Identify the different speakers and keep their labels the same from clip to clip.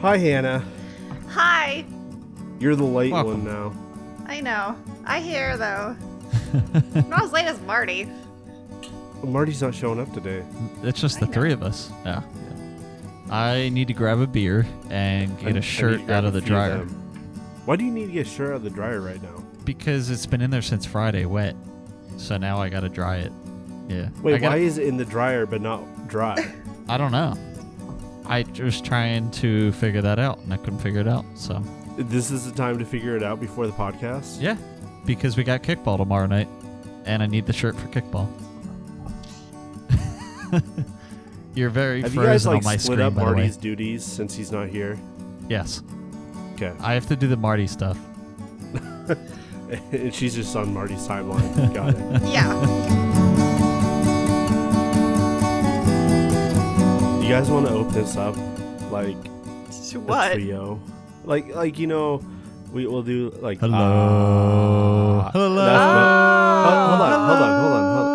Speaker 1: Hi, Hannah.
Speaker 2: Hi.
Speaker 1: You're the late
Speaker 3: Welcome.
Speaker 1: one now.
Speaker 2: I know. I hear though. Not as late as Marty.
Speaker 1: Marty's not showing up today.
Speaker 3: It's just
Speaker 2: I
Speaker 3: the
Speaker 2: know.
Speaker 3: three of us. Yeah. I need to grab a beer and
Speaker 1: I- I
Speaker 3: get
Speaker 1: need
Speaker 3: a
Speaker 1: to
Speaker 3: shirt
Speaker 1: grab
Speaker 3: out
Speaker 1: a
Speaker 3: of the
Speaker 1: few
Speaker 3: dryer
Speaker 1: them. Why do you need to get a shirt out of the dryer right now?
Speaker 3: because it's been in there since Friday, wet. So now I gotta dry it. Yeah.
Speaker 1: Wait,
Speaker 3: I, gotta-
Speaker 1: why is it in the dryer but not dry?
Speaker 3: I don't know. I was trying to figure that out and I couldn't figure it out. So
Speaker 1: this is the time to figure it out before the podcast.
Speaker 3: yeah, because we got kickball tomorrow night, and I need the shirt for kickball. You're very
Speaker 1: Have you guys
Speaker 3: frozen
Speaker 1: like
Speaker 3: on my
Speaker 1: split
Speaker 3: screen,
Speaker 1: up
Speaker 3: by the way.
Speaker 1: Marty's duties since he's not here?
Speaker 3: Yes,
Speaker 1: Okay,
Speaker 3: I have to do the Marty stuff. Uh,
Speaker 1: and she's just on Marty's timeline. Got it.
Speaker 2: Yeah.
Speaker 1: You guys want to open this up, like
Speaker 2: To
Speaker 1: a
Speaker 3: uh,
Speaker 2: what?
Speaker 1: trio, like like you know, we will do like
Speaker 3: Hello.
Speaker 1: ah,
Speaker 3: Hello.
Speaker 1: that's what- hold, hold on, hold on, hold on, hold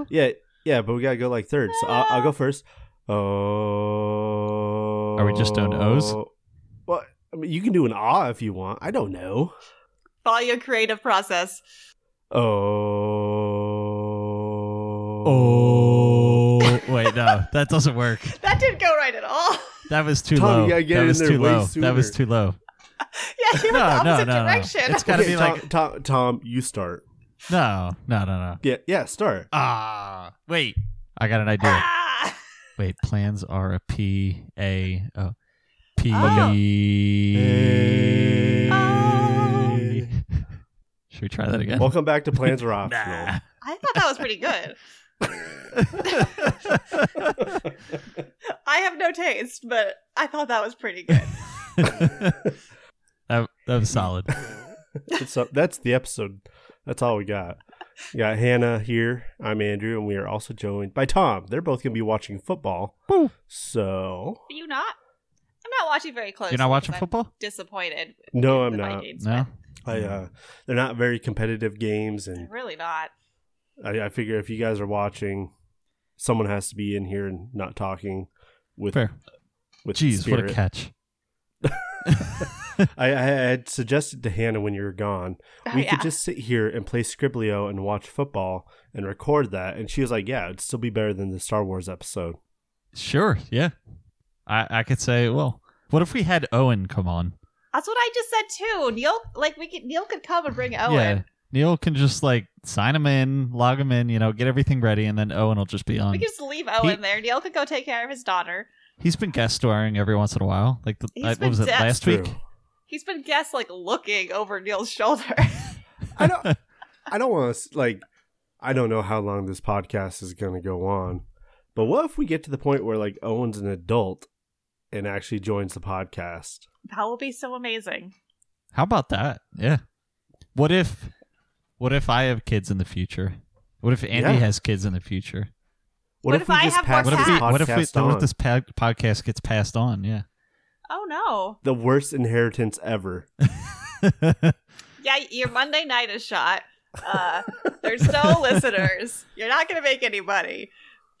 Speaker 1: on. Yeah, yeah, but we gotta go like third. So I'll, I'll go first. Oh.
Speaker 3: we just doing O's?
Speaker 1: Well, I mean, you can do an ah if you want. I don't know.
Speaker 2: Follow your creative process.
Speaker 1: Oh.
Speaker 3: Oh. Wait, no, that doesn't work.
Speaker 2: That didn't go right at all.
Speaker 3: That was too
Speaker 1: Tom, you
Speaker 3: low.
Speaker 1: gotta get
Speaker 3: that
Speaker 1: in
Speaker 3: was
Speaker 1: there
Speaker 3: too
Speaker 1: way
Speaker 3: low. That was
Speaker 1: sooner.
Speaker 3: too low.
Speaker 2: Yeah, you went
Speaker 3: No,
Speaker 2: the opposite
Speaker 3: no, no, no.
Speaker 2: direction.
Speaker 3: It's gotta
Speaker 1: Okay,
Speaker 3: be
Speaker 1: Tom,
Speaker 3: like-
Speaker 1: Tom, Tom, you start.
Speaker 3: No, no, no, no.
Speaker 1: Yeah, yeah, start.
Speaker 3: Ah, wait. I got an idea.
Speaker 2: Ah!
Speaker 3: Wait, plans are a P A O
Speaker 2: Oh.
Speaker 3: P. Ah.
Speaker 2: Oh.
Speaker 3: Should we try that again?
Speaker 1: Welcome back to Plans Are
Speaker 3: Nah.
Speaker 1: Optional.
Speaker 2: I thought that was pretty good. I have no taste, but I thought that was pretty good.
Speaker 3: that, that was solid.
Speaker 1: That's up- that's the episode. That's all we got. We got Hannah here. I'm Andrew, and we are also joined by Tom. They're both gonna be watching football.
Speaker 3: Woo.
Speaker 1: So
Speaker 2: Are you not? I'm not watching very close.
Speaker 3: You're not watching
Speaker 2: I'm
Speaker 3: football?
Speaker 2: Disappointed. with
Speaker 1: no, I'm
Speaker 2: the
Speaker 1: not.
Speaker 2: Vikings,
Speaker 3: No.
Speaker 1: I uh, they're not very competitive games,
Speaker 2: but
Speaker 1: and
Speaker 2: Really not.
Speaker 1: I, I figure if you guys are watching, someone has to be in here and not talking with
Speaker 3: Fair.
Speaker 1: with
Speaker 3: Jeez, what
Speaker 1: spirit.
Speaker 3: a catch.
Speaker 1: I, I had suggested to Hannah when you were gone,
Speaker 2: Oh,
Speaker 1: we
Speaker 2: yeah.
Speaker 1: could just sit here and play Scriblio and watch football and record that, and she was like, "Yeah, it'd still be better than the Star Wars episode."
Speaker 3: Sure. Yeah. I, I could say, well, what if we had Owen come on?
Speaker 2: That's what I just said too. Neil, like we could, Neil could come and bring Owen.
Speaker 3: Yeah. Neil can just like sign him in, log him in, you know, get everything ready, and then Owen will just be on.
Speaker 2: We could just leave Owen there. Neil could go take care of his daughter.
Speaker 3: He's been guest starring every once in a while. Like, the,
Speaker 2: He's
Speaker 3: I, what
Speaker 2: been
Speaker 3: was it
Speaker 2: deaf.
Speaker 3: last week?
Speaker 1: True.
Speaker 2: He's been guest like looking over Neil's shoulder.
Speaker 1: I don't. I don't want to like. I don't know how long this podcast is going to go on, but what if we get to the point where like Owen's an adult and actually joins the podcast?
Speaker 2: that will be so amazing.
Speaker 3: How about that? Yeah. What if, what if I have kids in the future? What if Andy
Speaker 1: Yeah.
Speaker 3: has kids in the future?
Speaker 1: What, if, we
Speaker 2: I
Speaker 1: just
Speaker 2: have
Speaker 1: pass
Speaker 3: What
Speaker 1: this
Speaker 3: if
Speaker 2: What's
Speaker 3: we?
Speaker 2: that?
Speaker 3: What if we?
Speaker 1: podcast
Speaker 3: What if
Speaker 1: on?
Speaker 3: this pa- podcast gets passed on? Yeah.
Speaker 2: Oh no!
Speaker 1: the worst inheritance ever?
Speaker 2: Yeah, your Monday night is shot. Uh, there's no listeners. You're not gonna make anybody.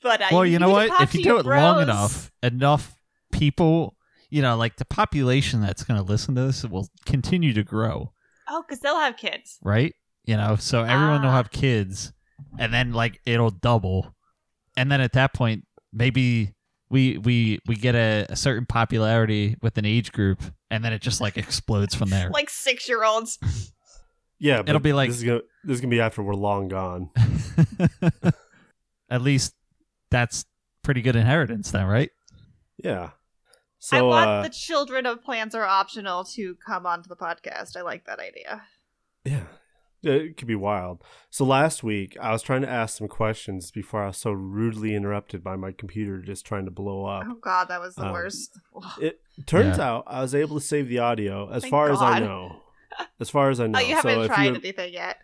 Speaker 2: But uh,
Speaker 3: well, you know
Speaker 2: need to
Speaker 3: what?
Speaker 2: talk
Speaker 3: If
Speaker 2: to
Speaker 3: you
Speaker 2: your
Speaker 3: do it long
Speaker 2: bros.
Speaker 3: enough, enough people, you know, like the population that's going to listen to this will continue to grow,
Speaker 2: oh, because they'll have kids.
Speaker 3: right? You know, so everyone will
Speaker 2: Ah.
Speaker 3: have kids, and then like it'll double, and then at that point, maybe we we we get a, a certain popularity with an age group, and then it just like explodes from there.
Speaker 2: Like six year olds.
Speaker 1: Yeah, but
Speaker 3: It'll be like-
Speaker 1: this is gonna this is gonna be after we're long gone.
Speaker 3: at least that's pretty good inheritance, then, right?
Speaker 1: Yeah.
Speaker 2: I
Speaker 1: So
Speaker 2: want
Speaker 1: uh,
Speaker 2: the children of plans are optional to come onto the podcast. I like that idea.
Speaker 1: yeah, it could be wild. So last week I was trying to ask some questions before I was so rudely interrupted by my computer just trying to blow up.
Speaker 2: Oh God, that was the
Speaker 1: Um,
Speaker 2: worst.
Speaker 1: It turns out I was able to save the audio as
Speaker 2: Thank
Speaker 1: far as I
Speaker 2: God.
Speaker 1: know. As far as I know.
Speaker 2: oh, you
Speaker 1: So
Speaker 2: haven't
Speaker 1: if
Speaker 2: tried
Speaker 1: you're-
Speaker 2: anything yet.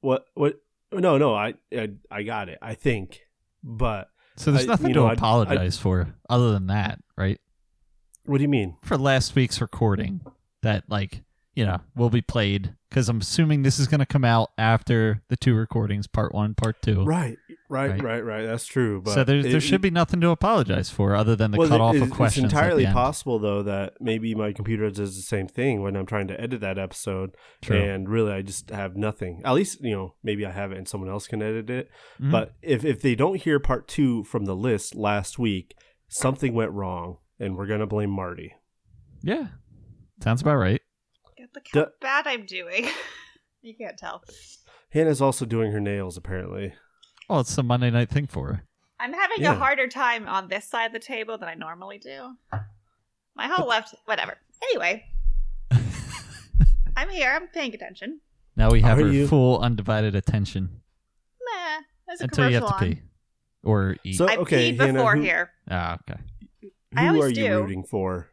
Speaker 1: what what no, no, I, I I got it. I think. But
Speaker 3: So there's
Speaker 1: I-
Speaker 3: nothing
Speaker 1: you
Speaker 3: to
Speaker 1: know, I- I-
Speaker 3: apologize for other than that, right?
Speaker 1: what do you mean?
Speaker 3: For last week's recording, that like you you know, will be played because I'm assuming this is going to come out after the two recordings, part one, part two.
Speaker 1: Right, right, right,
Speaker 3: Right.
Speaker 1: right. That's true. But
Speaker 3: so there, there
Speaker 1: it-
Speaker 3: should be nothing to apologize for other than the
Speaker 1: well,
Speaker 3: cutoff
Speaker 1: it-
Speaker 3: of
Speaker 1: it's-
Speaker 3: questions. at
Speaker 1: It's
Speaker 3: the
Speaker 1: entirely
Speaker 3: end.
Speaker 1: possible though that maybe my computer does the same thing when I'm trying to edit that episode,
Speaker 3: True.
Speaker 1: and really I just have nothing. At least you know maybe I have it and someone else can edit it.
Speaker 3: Mhm.
Speaker 1: But if if they don't hear part two from the list last week, something went wrong, and we're gonna blame Marty.
Speaker 3: yeah, sounds about right.
Speaker 2: Look how
Speaker 1: Duh.
Speaker 2: bad I'm doing. you can't tell.
Speaker 1: Hannah's also doing her nails apparently.
Speaker 3: Well, it's a Monday night thing for her.
Speaker 2: I'm having
Speaker 1: Yeah.
Speaker 2: a harder time on this side of the table than I normally do. My whole left, whatever. Anyway, I'm here. I'm paying attention.
Speaker 3: Now we have
Speaker 1: Are
Speaker 3: her
Speaker 1: you-
Speaker 3: full undivided attention
Speaker 2: Nah, there's a
Speaker 3: until you have
Speaker 2: commercial
Speaker 3: to
Speaker 2: on.
Speaker 3: pee or eat.
Speaker 1: So
Speaker 2: I
Speaker 1: Oh, okay,
Speaker 2: peed
Speaker 1: Hannah,
Speaker 2: before
Speaker 1: who,
Speaker 2: here.
Speaker 3: ah, okay.
Speaker 2: I
Speaker 1: who
Speaker 2: always
Speaker 1: are you
Speaker 2: do.
Speaker 1: rooting for?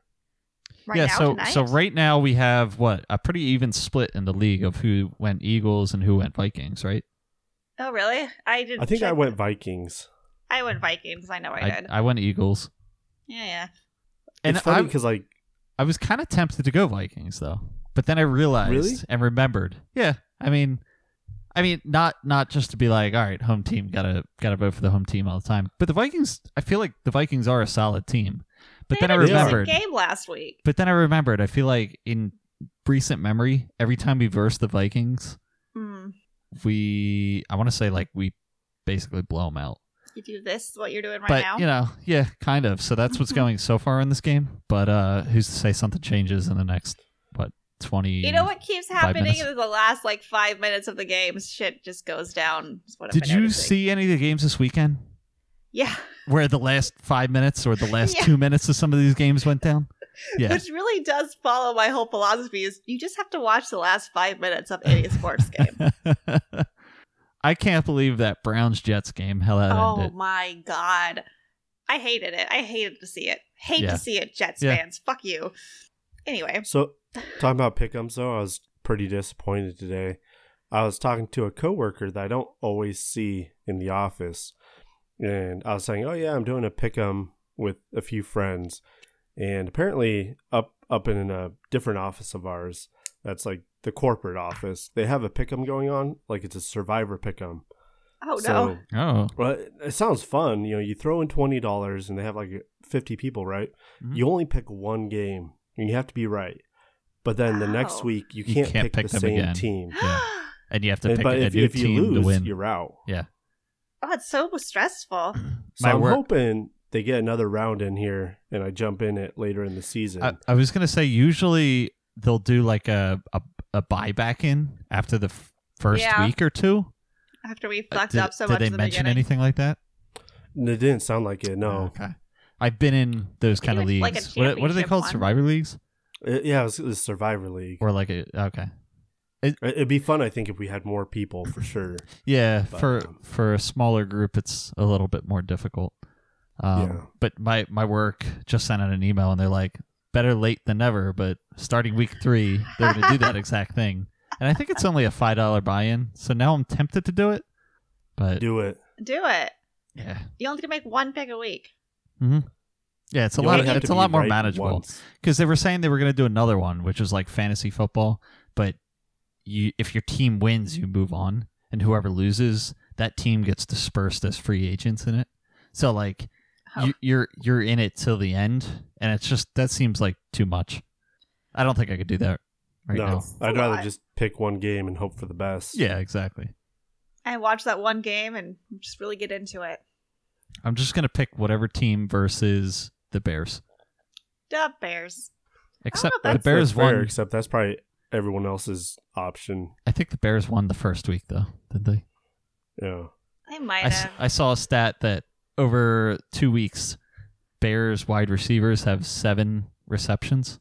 Speaker 2: Right
Speaker 3: yeah.
Speaker 2: now,
Speaker 3: so
Speaker 2: tonight.
Speaker 3: so right now we have what a pretty even split in the league of who went Eagles and who went Vikings, right?
Speaker 2: Oh, really? I did.
Speaker 1: I think I
Speaker 2: check-
Speaker 1: went Vikings.
Speaker 2: I went Vikings. I know I, did.
Speaker 3: I, went Eagles,
Speaker 2: yeah, yeah.
Speaker 3: and
Speaker 1: it's funny
Speaker 3: I
Speaker 1: because like
Speaker 3: I was kind of tempted to go Vikings though, but then I realized
Speaker 1: Really?
Speaker 3: and remembered. Yeah, I mean, I mean, not not just to be like, all right, home team, gotta gotta vote for the home team all the time. But the Vikings, I feel like the Vikings are a solid team. But
Speaker 2: They
Speaker 3: then I
Speaker 2: had a decent
Speaker 3: remembered.
Speaker 2: game last week.
Speaker 3: But then I remembered. I feel like in recent memory, every time we versed the Vikings,
Speaker 2: Hmm.
Speaker 3: we I want to say like we basically blow them out.
Speaker 2: you do this what you're doing right
Speaker 3: but
Speaker 2: now.
Speaker 3: you know, yeah, kind of. So that's what's going so far in this game. But uh who's to say something changes in the next what twenty?
Speaker 2: You know what keeps happening
Speaker 3: minutes.
Speaker 2: is the last like five minutes of the game, shit just goes down. is what I've
Speaker 3: Did
Speaker 2: been
Speaker 3: you
Speaker 2: noticing.
Speaker 3: see any of the games this weekend
Speaker 2: Yeah,
Speaker 3: where the last five minutes or the last
Speaker 2: Yeah.
Speaker 3: two minutes of some of these games went down? Yeah,
Speaker 2: which really does follow my whole philosophy: is you just have to watch the last five minutes of any sports game.
Speaker 3: I can't believe that Browns Jets game. How that
Speaker 2: oh
Speaker 3: ended.
Speaker 2: my god, I hated it. I hated to see it. Hate
Speaker 3: Yeah.
Speaker 2: to see it, Jets
Speaker 3: Yeah.
Speaker 2: fans. Fuck you. Anyway,
Speaker 1: So, talking about pickums, though, I was pretty disappointed today. I was talking to a coworker that I don't always see in the office, and I was saying, "Oh yeah, I'm doing a pickum with a few friends," and apparently, up up in a different office of ours, that's like the corporate office, they have a pickum going on, like it's a survivor pickum.
Speaker 2: oh no,
Speaker 1: So,
Speaker 3: Oh,
Speaker 1: well, it sounds fun. You know, you throw in twenty dollars, and they have like fifty people, right?
Speaker 3: Mhm.
Speaker 1: You only pick one game, and you have to be right. But then the next
Speaker 2: Wow.
Speaker 1: week, you
Speaker 3: You
Speaker 1: can't,
Speaker 3: can't
Speaker 1: pick,
Speaker 3: pick
Speaker 1: the
Speaker 3: them
Speaker 1: same
Speaker 3: again.
Speaker 1: team.
Speaker 3: Yeah. and you have to
Speaker 1: And-
Speaker 3: pick
Speaker 1: but
Speaker 3: a
Speaker 1: if,
Speaker 3: new
Speaker 1: if you
Speaker 3: team to
Speaker 1: lose,
Speaker 3: win.
Speaker 1: you're out.
Speaker 2: oh it's so stressful.
Speaker 1: So
Speaker 3: My
Speaker 1: I'm
Speaker 3: work-
Speaker 1: hoping they get another round in here, and I jump in it later in the season.
Speaker 3: I, I was gonna say usually they'll do like a a, a buyback in after the f- first
Speaker 2: Yeah.
Speaker 3: week or two.
Speaker 2: After we
Speaker 3: Uh,
Speaker 2: fucked
Speaker 3: did,
Speaker 2: up so
Speaker 3: did
Speaker 2: much
Speaker 3: they
Speaker 2: in the
Speaker 3: mention
Speaker 2: beginning.
Speaker 3: anything like that?
Speaker 1: And it didn't sound like it. No.
Speaker 3: Okay. I've been in those
Speaker 2: think
Speaker 3: kind of
Speaker 2: it was
Speaker 3: leagues.
Speaker 2: like a
Speaker 3: what, what are they
Speaker 2: championship
Speaker 3: called?
Speaker 2: one.
Speaker 3: Survivor leagues
Speaker 1: It- yeah, it was, it was Survivor League.
Speaker 3: uh, or like a okay.
Speaker 1: It- It'd be fun, I think, if we had more people for sure.
Speaker 3: Yeah,
Speaker 1: But,
Speaker 3: for
Speaker 1: um,
Speaker 3: for a smaller group, it's a little bit more difficult. Um,
Speaker 1: Yeah.
Speaker 3: But my my work just sent out an email and they're like, "Better late than never." But starting week three, they're going to do that exact thing. And I think it's only a five dollar buy in, so now I'm tempted to do it. But
Speaker 1: Do it.
Speaker 2: Do it.
Speaker 3: yeah,
Speaker 2: You only can make one pick a week.
Speaker 3: yeah, it's a
Speaker 1: You only
Speaker 3: lot.
Speaker 1: have to
Speaker 3: It's a
Speaker 1: be
Speaker 3: lot more
Speaker 1: right
Speaker 3: manageable
Speaker 1: once.
Speaker 3: because they were saying they were going to do another one, which is like fantasy football. But you, if your team wins, you move on, and whoever loses, that team gets dispersed as free agents in it. So like
Speaker 2: Oh.
Speaker 3: you, you're you're in it till the end, and it's just that seems like too much. I don't think I could do that right
Speaker 1: no,
Speaker 3: now.
Speaker 1: I'd
Speaker 2: a
Speaker 1: rather
Speaker 2: lot.
Speaker 1: just pick one game and hope for the best.
Speaker 3: Yeah, exactly.
Speaker 2: I watch that one game and just really get into it.
Speaker 3: I'm just gonna pick whatever team versus the Bears,
Speaker 2: Duh, Bears.
Speaker 3: except
Speaker 2: know if
Speaker 3: the
Speaker 1: That's-
Speaker 3: Bears
Speaker 1: that's fair,
Speaker 3: won.
Speaker 1: except that's probably everyone else's option.
Speaker 3: I think the Bears won the first week though, did they?
Speaker 1: Yeah.
Speaker 2: I might
Speaker 3: I, s-
Speaker 2: have.
Speaker 3: I saw a stat that over two weeks, Bears wide receivers have seven receptions.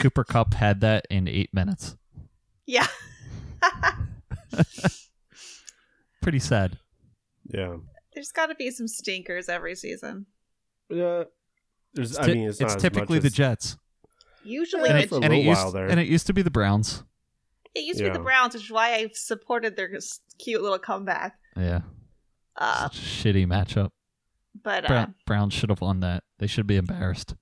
Speaker 3: Cooper Cup had that in eight minutes.
Speaker 2: yeah.
Speaker 3: Pretty sad.
Speaker 1: Yeah.
Speaker 2: There's got to be some stinkers every season.
Speaker 1: Yeah. There's, I
Speaker 3: Ty-
Speaker 1: mean, it's, not as
Speaker 3: typically
Speaker 1: much
Speaker 3: the
Speaker 1: as-
Speaker 3: Jets,
Speaker 2: Usually,
Speaker 1: Yeah,
Speaker 2: it,
Speaker 1: it's a
Speaker 3: and,
Speaker 1: little
Speaker 3: it used,
Speaker 1: while there.
Speaker 3: and it used to be the Browns.
Speaker 2: it used to be
Speaker 1: yeah.
Speaker 2: the Browns, which is why I supported their s- cute little comeback.
Speaker 3: Yeah,
Speaker 2: Uh,
Speaker 3: such a shitty matchup.
Speaker 2: but uh,
Speaker 3: Brown, Browns should have won that. They should be embarrassed.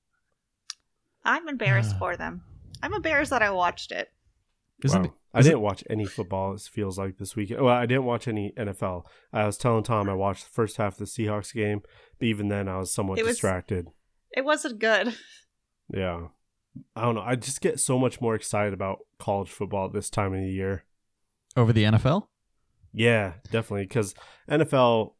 Speaker 2: I'm embarrassed
Speaker 3: Ah.
Speaker 2: for them. I'm embarrassed that I watched it.
Speaker 3: Isn't
Speaker 1: Wow.
Speaker 3: it-
Speaker 1: I
Speaker 3: is
Speaker 1: didn't watch any football. It feels like this weekend. Well, I didn't watch any NFL. I was telling Tom I watched the first half of the Seahawks game, but even then I was somewhat
Speaker 2: It was-
Speaker 1: distracted.
Speaker 2: It wasn't good.
Speaker 1: Yeah, I don't know. I just get so much more excited about college football at this time of the year.
Speaker 3: over the NFL?
Speaker 1: Yeah, definitely. Because NFL,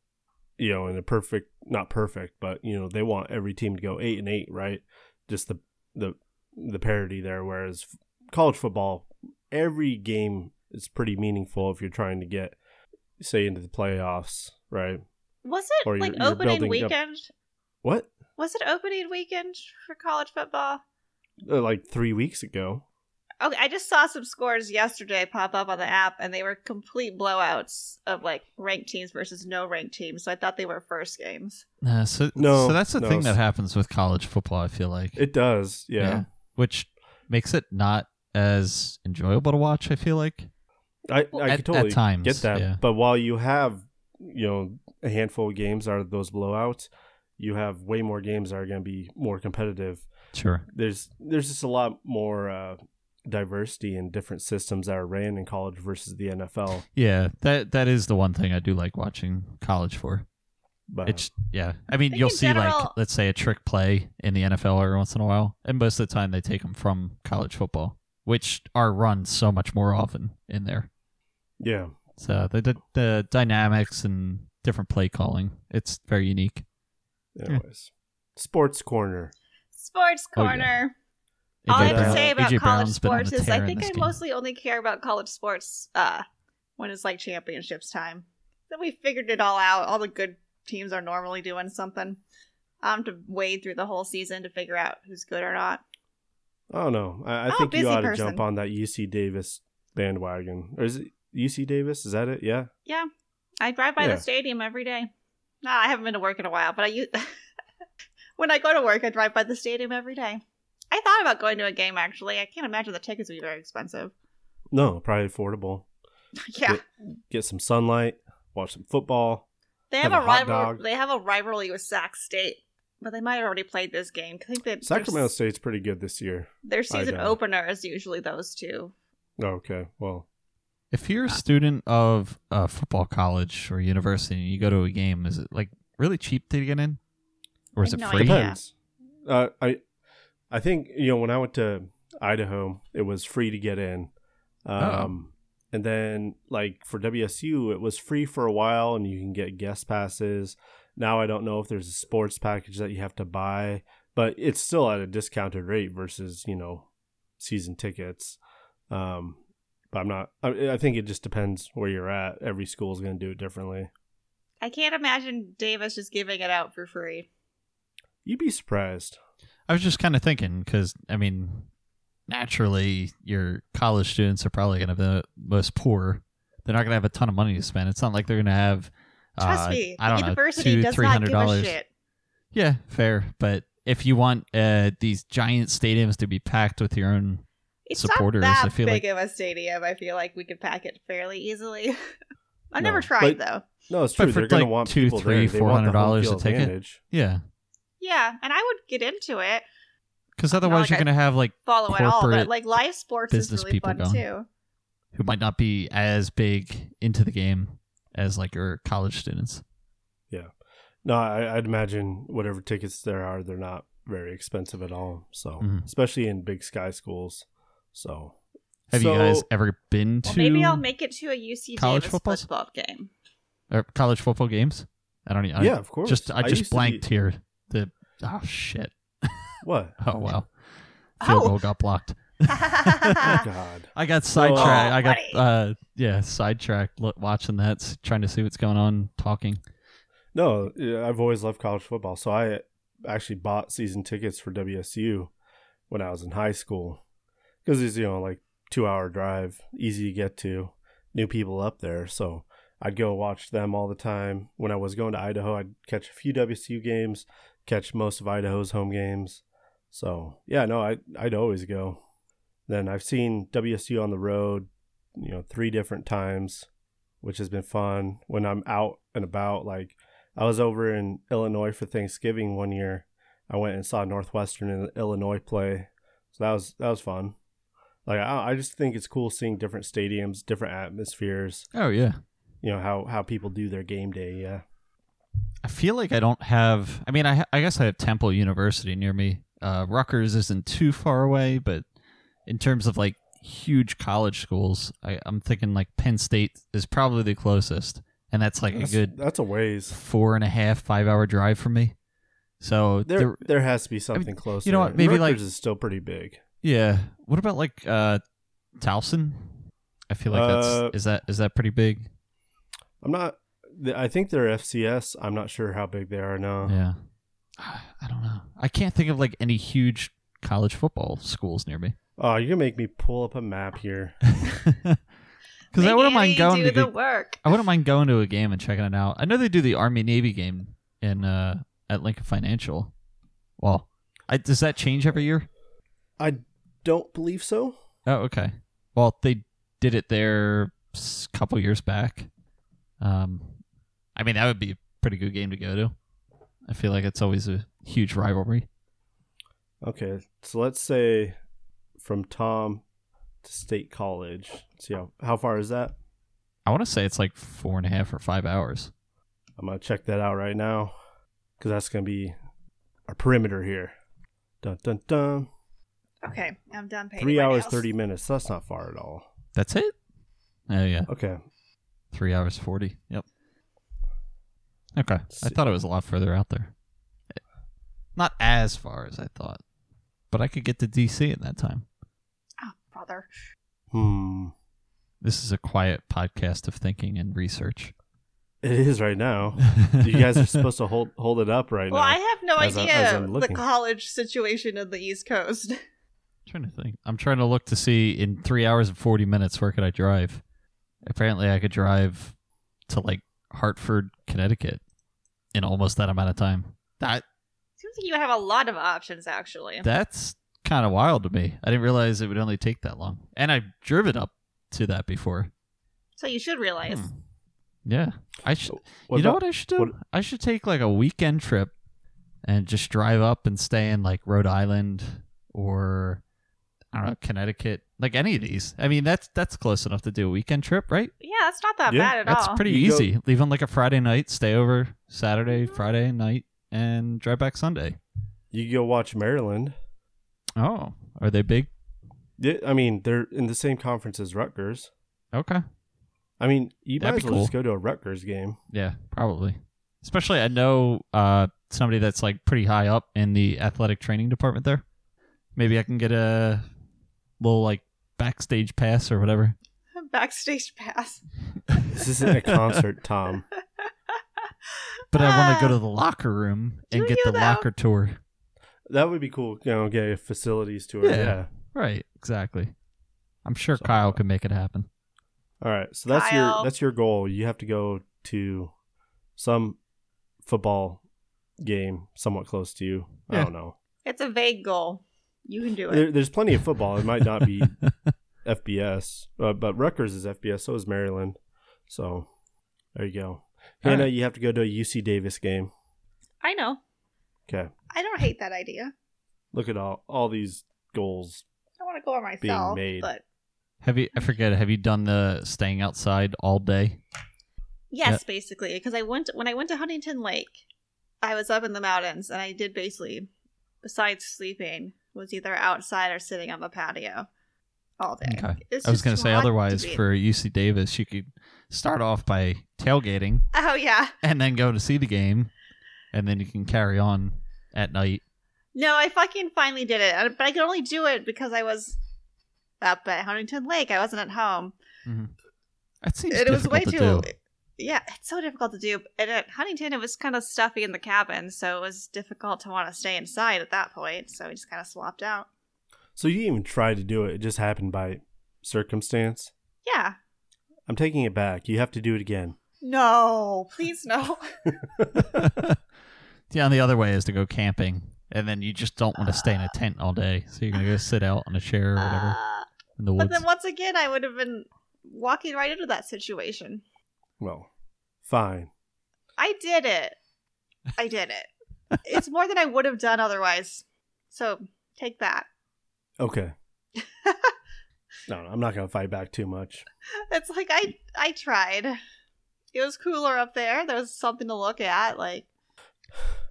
Speaker 1: you know, in a perfect, not perfect, but you know, they want every team to go eight and eight, right? Just the the the parity there. Whereas f- college football, every game is pretty meaningful if you're trying to get, say, into the playoffs, right?
Speaker 2: Was it
Speaker 1: Or you're-
Speaker 2: like
Speaker 1: you're
Speaker 2: opening
Speaker 1: building up-
Speaker 2: weekend?
Speaker 1: What?
Speaker 2: Was it opening weekend for college football?
Speaker 1: Uh, Like three weeks ago.
Speaker 2: Okay, I just saw some scores yesterday pop up on the app, and they were complete blowouts of like ranked teams versus no ranked teams. So I thought they were first games.
Speaker 3: Uh, so,
Speaker 1: No,
Speaker 3: so that's the
Speaker 1: no,
Speaker 3: thing that
Speaker 1: s-
Speaker 3: happens with college football. I feel like,
Speaker 1: It does, yeah.
Speaker 3: Yeah. which makes it not as enjoyable to watch. I feel like
Speaker 1: I, I
Speaker 3: At-
Speaker 1: could totally
Speaker 3: at times,
Speaker 1: get that.
Speaker 3: yeah.
Speaker 1: But while you have, you know, a handful of games that are those blowouts, you have way more games that are going to be more competitive.
Speaker 3: sure.
Speaker 1: There's there's just a lot more uh, diversity in different systems that are ran in college versus the NFL.
Speaker 3: Yeah, that that is the one thing I do like watching college for.
Speaker 1: But
Speaker 3: It's yeah. I mean,
Speaker 2: think
Speaker 3: you'll
Speaker 2: in
Speaker 3: see like
Speaker 2: general-
Speaker 3: let's say a trick play in the NFL every once in a while, and most of the time they take them from college football, which are run so much more often in there.
Speaker 1: yeah,
Speaker 3: So the the, the dynamics and different play calling, it's very unique.
Speaker 1: anyways, sports corner.
Speaker 2: Sports
Speaker 3: Oh, yeah.
Speaker 2: corner.
Speaker 3: AJ
Speaker 2: All I have
Speaker 1: Brown-
Speaker 2: to say about
Speaker 3: AJ
Speaker 2: college
Speaker 3: Brown's been on a
Speaker 2: sports is I
Speaker 3: tear in
Speaker 2: think I
Speaker 3: this game.
Speaker 2: mostly only care about college sports uh, when it's like championships time. Then we figured it all out. All the good teams are normally doing something. I have to wade through the whole season to figure out who's good or not.
Speaker 1: I don't know. I, I
Speaker 2: I'm a
Speaker 1: think you
Speaker 2: busy
Speaker 1: ought to
Speaker 2: person.
Speaker 1: jump on that UC Davis bandwagon. Or is it UC Davis? Is that it? Yeah.
Speaker 2: Yeah, I drive by
Speaker 1: Yeah.
Speaker 2: the stadium every day. Nah, I haven't been to work in a while, but I u- when I go to work, I drive by the stadium every day. I thought about going to a game actually. I can't imagine the tickets would be very expensive.
Speaker 1: No, probably affordable.
Speaker 2: yeah,
Speaker 1: Get some sunlight. Watch some football.
Speaker 2: they have,
Speaker 1: have
Speaker 2: a
Speaker 1: a hot
Speaker 2: rival.
Speaker 1: dog.
Speaker 2: They have a rivalry with Sac State, but they might have already played this game. I think that
Speaker 1: Sacramento State's pretty good this year.
Speaker 2: Their season
Speaker 1: don't.
Speaker 2: opener is usually those two.
Speaker 1: Okay. Well,
Speaker 3: If you're a student of a football college or university and you go to a game, is it like really cheap to get in, or is
Speaker 2: I have
Speaker 3: it
Speaker 2: no
Speaker 3: free?
Speaker 2: idea.
Speaker 1: depends. Uh, I, I think you know when I went to Idaho, it was free to get in, um, and then like for WSU, it was free for a while, and you can get guest passes. Now I don't know if there's a sports package that you have to buy, but it's still at a discounted rate versus you know season tickets. Um, but I'm not. I, I think it just depends where you're at. Every school is going to do it differently.
Speaker 2: I can't imagine Davis just giving it out for free.
Speaker 1: You'd be surprised.
Speaker 3: I was just kind of thinking because I mean, naturally, your college students are probably going to be the most poor. They're not going to have a ton of money to spend. It's not like they're going to have.
Speaker 2: Trust
Speaker 3: uh,
Speaker 2: me,
Speaker 3: I don't
Speaker 2: the
Speaker 3: know,
Speaker 2: university
Speaker 3: two,
Speaker 2: does
Speaker 3: three
Speaker 2: not
Speaker 3: hundred
Speaker 2: give
Speaker 3: dollars.
Speaker 2: a shit.
Speaker 3: Yeah, fair. But if you want uh, these giant stadiums to be packed with your own,
Speaker 2: it's
Speaker 3: supporters,
Speaker 2: Not that
Speaker 3: I feel
Speaker 2: big of a stadium. I feel like we could pack it fairly easily. I've never
Speaker 1: No, but-
Speaker 2: tried though.
Speaker 1: No, it's
Speaker 3: But
Speaker 1: true.
Speaker 3: for,
Speaker 1: They're going to
Speaker 3: like,
Speaker 1: want
Speaker 3: two,
Speaker 1: people
Speaker 3: three,
Speaker 1: there. They want the home
Speaker 3: $400 a
Speaker 1: field
Speaker 3: ticket?
Speaker 1: advantage.
Speaker 3: yeah,
Speaker 2: Yeah, and I would get into it,
Speaker 3: because otherwise
Speaker 2: like
Speaker 3: you're
Speaker 2: I-
Speaker 3: going to have like
Speaker 2: follow it all, but
Speaker 3: Corporate
Speaker 2: like live sports is
Speaker 3: business
Speaker 2: really
Speaker 3: people
Speaker 2: fun
Speaker 3: going.
Speaker 2: too.
Speaker 3: who might not be as big into the game as like your college students.
Speaker 1: No, I, I'd imagine whatever tickets there are, they're not very expensive at all. So,
Speaker 3: Mhm.
Speaker 1: especially in big sky schools. So,
Speaker 3: Have
Speaker 1: So-
Speaker 3: you guys ever been to
Speaker 2: Well, maybe I'll make it to a UC
Speaker 3: college
Speaker 2: Davis
Speaker 3: footballs?
Speaker 2: football game.
Speaker 3: or uh, college football games? I don't. e- I,
Speaker 1: yeah, of course.
Speaker 3: Just I
Speaker 1: used
Speaker 3: just
Speaker 1: to be-
Speaker 3: blanked here. The oh shit.
Speaker 1: What?
Speaker 3: Oh wow. Field
Speaker 2: Oh.
Speaker 3: goal got blocked.
Speaker 1: God.
Speaker 3: I got sidetracked.
Speaker 2: Oh,
Speaker 3: I got
Speaker 2: buddy.
Speaker 3: uh yeah sidetracked lo- watching that, s- trying to see what's going on, talking.
Speaker 1: No, yeah, I've always loved college football. So I actually bought season tickets for WSU when I was in high school because it's, you know, like two hour drive, easy to get to, new people up there. So I'd go watch them all the time. When I was going to Idaho, I'd catch a few WSU games, catch most of Idaho's home games. So yeah, no, I, I'd always go. Then I've seen WSU on the road, you know, three different times, which has been fun. When I'm out and about, like, I was over in Illinois for Thanksgiving one year. I went and saw Northwestern and Illinois play, so that was that was fun. Like I, I just think it's cool seeing different stadiums, different atmospheres.
Speaker 3: Oh yeah.
Speaker 1: You know how how people do their game day. Yeah,
Speaker 3: I feel like I don't have. I mean, I ha- I guess I have Temple University near me. Uh, Rutgers isn't too far away, but in terms of like huge college schools, I, I'm thinking like Penn State is probably the closest, and that's like
Speaker 1: that's,
Speaker 3: a good
Speaker 1: That's a ways.
Speaker 3: four and a half five hour drive from me. So
Speaker 1: There,
Speaker 3: there-
Speaker 1: there has to be something closer.
Speaker 3: you know what, maybe, like-
Speaker 1: Rutgers is still pretty big.
Speaker 3: yeah. What about like uh, Towson? I feel like that's
Speaker 1: Uh,
Speaker 3: is that is that pretty big?
Speaker 1: I'm not. th- I think they're FCS. I'm not sure how big they are now.
Speaker 3: Yeah. I don't know. I can't think of like any huge college football schools near me.
Speaker 1: Oh, you're gonna make me pull up a map here.
Speaker 3: Because I
Speaker 2: Make
Speaker 3: wouldn't mind
Speaker 2: Annie
Speaker 3: going
Speaker 2: do
Speaker 3: to
Speaker 2: the
Speaker 3: go-
Speaker 2: work.
Speaker 3: I wouldn't mind going to a game and checking it out. I know they do the Army Navy game in uh, at Lincoln Financial. Well, I, does that change every year?
Speaker 1: I don't believe so.
Speaker 3: Oh, okay. Well, they did it there s- couple years back. Um, I mean that would be a pretty good game to go to. I feel like it's always a huge rivalry.
Speaker 1: Okay, so let's say from Tom to State College. See how how far is that?
Speaker 3: I want to say it's like four and a half or five hours.
Speaker 1: I'm gonna check that out right now because that's gonna be our perimeter here. Dun dun dun.
Speaker 2: Okay, I'm done painting.
Speaker 1: Three
Speaker 2: my
Speaker 1: hours
Speaker 2: nails.
Speaker 1: thirty minutes. That's not far at all.
Speaker 3: That's it. Oh yeah.
Speaker 1: Okay,
Speaker 3: Three hours forty. Yep. Okay. I
Speaker 1: see.
Speaker 3: thought it was a lot further out there. Not as far as I thought, but I could get to DC in that time.
Speaker 2: Oh, brother.
Speaker 1: hmm,
Speaker 3: This is a quiet podcast of thinking and research.
Speaker 1: it is right now. Oh, You guys are supposed to hold hold it up right
Speaker 2: Well,
Speaker 1: now.
Speaker 2: I have no
Speaker 1: As I-
Speaker 2: idea
Speaker 1: as I'm
Speaker 2: the
Speaker 1: looking.
Speaker 2: college situation in the East Coast.
Speaker 3: trying to think. I'm trying to look to see in three hours and forty minutes where could I drive. Apparently, I could drive to like Hartford, Connecticut, in almost that amount of time. That
Speaker 2: Seems like you have a lot of options, actually.
Speaker 3: That's kind of wild to me. I didn't realize it would only take that long. And I've driven up to that before.
Speaker 2: so you should realize.
Speaker 3: Hmm. Yeah. I should
Speaker 1: What
Speaker 3: You know
Speaker 1: about-
Speaker 3: what I should do?
Speaker 1: what-
Speaker 3: I should take like a weekend trip and just drive up and stay in like Rhode Island or I don't know, Connecticut. Like any of these. I mean, that's that's close enough to do a weekend trip, right?
Speaker 2: Yeah, that's not that
Speaker 1: Yeah,
Speaker 2: bad at
Speaker 3: That's
Speaker 2: all.
Speaker 3: pretty
Speaker 1: You go-
Speaker 3: easy. Leave on like a Friday night, stay over Saturday,
Speaker 2: Mm-hmm.
Speaker 3: Friday night, and drive back Sunday.
Speaker 1: You can go watch Maryland.
Speaker 3: Oh, are they big?
Speaker 1: Yeah, I mean, they're in the same conference as Rutgers.
Speaker 3: Okay.
Speaker 1: I mean, you
Speaker 3: That'd
Speaker 1: might
Speaker 3: be
Speaker 1: as well just
Speaker 3: cool.
Speaker 1: go to a Rutgers game.
Speaker 3: Yeah, probably. Especially, I know uh, somebody that's like pretty high up in the athletic training department there. Maybe I can get a little like backstage pass or whatever.
Speaker 2: Backstage pass.
Speaker 1: This isn't a concert, Tom.
Speaker 3: But I want to
Speaker 2: Ah.
Speaker 3: go to the locker room and
Speaker 2: Do
Speaker 3: get
Speaker 2: you,
Speaker 3: the
Speaker 2: though?
Speaker 3: locker tour.
Speaker 1: That would be cool. You know, get a facilities tour.
Speaker 3: Yeah.
Speaker 1: Yeah.
Speaker 3: Right, exactly. I'm sure
Speaker 1: So-
Speaker 3: Kyle can make it happen.
Speaker 1: All right. So that's
Speaker 2: Kyle.
Speaker 1: your that's your goal. You have to go to some football game somewhat close to you.
Speaker 3: Yeah.
Speaker 1: I don't know.
Speaker 2: It's a vague goal. You can do it.
Speaker 1: There, there's plenty of football. It might not be FBS, uh, but Rutgers is FBS. So is Maryland. So there you go.
Speaker 3: All
Speaker 1: Hannah,
Speaker 3: right.
Speaker 1: you have to go to a UC Davis game.
Speaker 2: I know.
Speaker 1: Okay.
Speaker 2: I don't hate that idea.
Speaker 1: Look at all all these goals.
Speaker 2: I want to go on myself,
Speaker 1: made.
Speaker 2: but
Speaker 3: Have you? I forget. Have you done the staying outside all day?
Speaker 2: yes,
Speaker 3: Yeah.
Speaker 2: basically, because I went when I went to Huntington Lake, I was up in the mountains, and I did basically, besides sleeping, was either outside or sitting on the patio all day.
Speaker 3: Okay.
Speaker 2: It's
Speaker 3: I was
Speaker 2: just
Speaker 3: going
Speaker 2: too
Speaker 3: to say
Speaker 2: hot
Speaker 3: otherwise
Speaker 2: be-
Speaker 3: for UC Davis, you could start off by tailgating
Speaker 2: Oh yeah,
Speaker 3: and then go to see the game, and then you can carry on at night.
Speaker 2: no, I fucking finally did it, and- but I could only do it because I was up at Huntington Lake. I wasn't at home.
Speaker 3: That seems
Speaker 2: it was
Speaker 3: difficult
Speaker 2: way
Speaker 3: to
Speaker 2: too
Speaker 3: do.
Speaker 2: yeah it's so difficult to do and at huntington it was kind of stuffy in the cabin so it was difficult to want to stay inside at that point so we just kind of swapped out
Speaker 1: So you didn't even try to do it. It just happened by circumstance.
Speaker 2: yeah
Speaker 1: I'm taking it back. You have to do it again.
Speaker 2: no please no
Speaker 3: yeah, and the other way is to go camping, and then you just don't want to stay in a tent all day, so you're gonna go sit out on a chair or whatever
Speaker 2: Uh,
Speaker 3: in the
Speaker 2: but
Speaker 3: woods.
Speaker 2: then once again i would have been walking right into that situation
Speaker 1: Well, fine.
Speaker 2: i did it i did it it's more than i would have done otherwise so take that
Speaker 1: Okay. No, no, I'm not going to fight back too much.
Speaker 2: It's like I I tried. It was cooler up there. There was something to look at. Like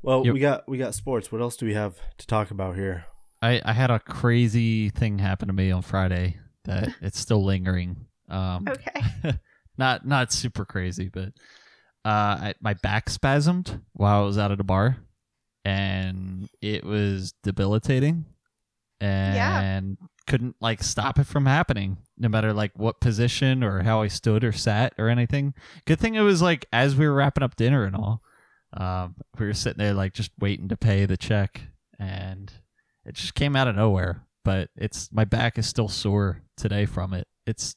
Speaker 1: Well,
Speaker 3: Yep.
Speaker 1: we got we got sports. What else do we have to talk about here?
Speaker 3: I, I had a crazy thing happen to me on Friday that it's still lingering. Um,
Speaker 2: okay,
Speaker 3: not not super crazy, but uh, I, my back spasmed while I was out at a bar, and it was debilitating, and couldn't like stop it from happening, no matter like what position or how I stood or sat or anything. Good thing it was like as we were wrapping up dinner and all, um, we were sitting there like just waiting to pay the check, and it just came out of nowhere. But it's my back is still sore today from it. It's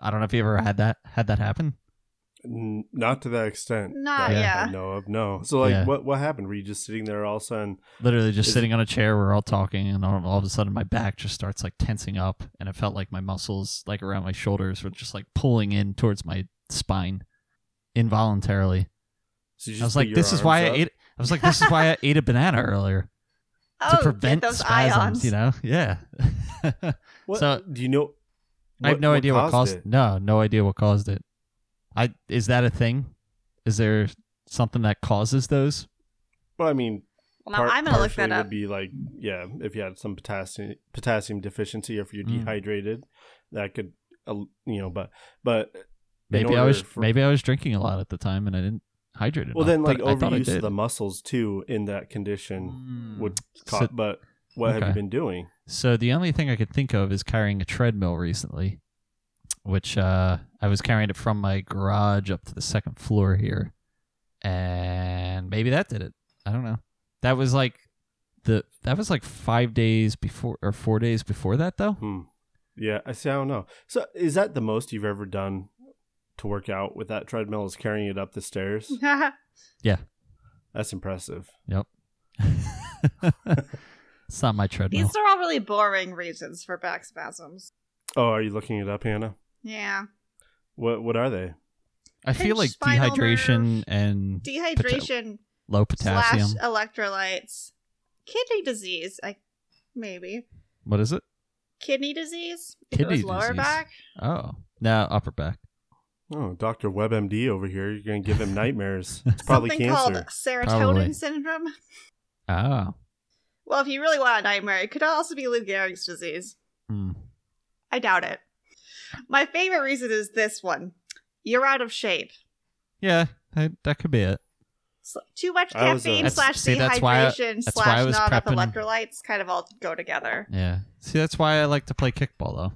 Speaker 3: I don't know if you ever had that had that happen.
Speaker 1: N- not to that extent.
Speaker 2: Not-
Speaker 1: that
Speaker 2: yeah.
Speaker 1: I know of. No. So like,
Speaker 3: Yeah.
Speaker 1: what what happened? Were you just sitting there all of a sudden?
Speaker 3: Literally just
Speaker 1: Is-
Speaker 3: sitting on a chair, we're all talking, and all, all of a sudden my back just starts like tensing up, and it felt like my muscles like around my shoulders were just like pulling in towards my spine involuntarily.
Speaker 1: So you
Speaker 3: I was
Speaker 1: put
Speaker 3: like,
Speaker 1: your
Speaker 3: this is
Speaker 1: arms
Speaker 3: why
Speaker 1: up?
Speaker 3: I ate. I was like, this is why I ate a banana earlier
Speaker 2: oh,
Speaker 3: to
Speaker 2: get
Speaker 3: prevent
Speaker 2: those ions.
Speaker 3: spasms. You know, yeah.
Speaker 1: What,
Speaker 3: so-
Speaker 1: do you know?
Speaker 3: I have no idea what caused.
Speaker 1: it.
Speaker 3: No, no idea what caused it. I is that a thing? Is there something that causes those?
Speaker 1: Well, I mean,
Speaker 2: Well, now
Speaker 1: Par-
Speaker 2: I'm gonna look
Speaker 1: partially
Speaker 2: that up.
Speaker 1: Would be like yeah, if you had some potassium potassium deficiency, if you're
Speaker 3: Mm.
Speaker 1: dehydrated, that could uh, you know, but but in
Speaker 3: Maybe I
Speaker 1: order
Speaker 3: was
Speaker 1: for-
Speaker 3: maybe I was drinking a lot at the time and I didn't hydrate enough.
Speaker 1: well then like
Speaker 3: but I thought I
Speaker 1: overuse of
Speaker 3: did.
Speaker 1: the muscles too in that condition
Speaker 2: Hmm.
Speaker 1: would
Speaker 3: So-
Speaker 1: cause. but what have you
Speaker 3: okay.
Speaker 1: been doing?
Speaker 3: Hmm. So the only thing I could think of is carrying a treadmill recently, which uh, I was carrying it from my garage up to the second floor here, and maybe that did it. I don't know. That was like the that was like five days before or four days before that though.
Speaker 1: Hmm. Yeah, I see. I don't know. So is that the most you've ever done to work out with that treadmill? Is carrying it up the stairs?
Speaker 2: Mm-hmm.
Speaker 1: That's impressive.
Speaker 3: Yep. it's not my treadmill.
Speaker 2: These are all really boring reasons for back spasms.
Speaker 1: Oh, are you looking it up, Hannah?
Speaker 2: Yeah,
Speaker 1: What what are they?
Speaker 3: I feel
Speaker 2: pinched
Speaker 3: like
Speaker 2: spinal
Speaker 3: dehydration
Speaker 2: nerve.
Speaker 3: and
Speaker 2: dehydration
Speaker 3: low
Speaker 2: slash
Speaker 3: potassium.
Speaker 2: electrolytes, kidney disease. I maybe
Speaker 3: What is it?
Speaker 2: kidney disease.
Speaker 3: Kidney
Speaker 2: it was lower
Speaker 3: disease.
Speaker 2: back.
Speaker 3: Oh, no, upper back.
Speaker 1: Oh, Doctor WebMD over here. You're gonna give him nightmares. It's probably
Speaker 2: Something
Speaker 1: cancer.
Speaker 2: called serotonin
Speaker 3: Probably.
Speaker 2: syndrome.
Speaker 3: Oh.
Speaker 2: Well, if you really want a nightmare, it could also be Lou Gehrig's disease.
Speaker 3: Hmm.
Speaker 2: I doubt it. My favorite reason is this one. You're out of shape.
Speaker 3: Yeah, I, that could be it.
Speaker 2: S- Too much
Speaker 1: I was, uh,
Speaker 2: caffeine
Speaker 1: That's-
Speaker 2: slash
Speaker 3: see, that's why I-
Speaker 2: dehydration
Speaker 3: that's why I
Speaker 2: slash
Speaker 3: was
Speaker 2: not enough
Speaker 3: prepping.
Speaker 2: electrolytes kind of all go together.
Speaker 3: Yeah. See, that's why I like to play kickball though.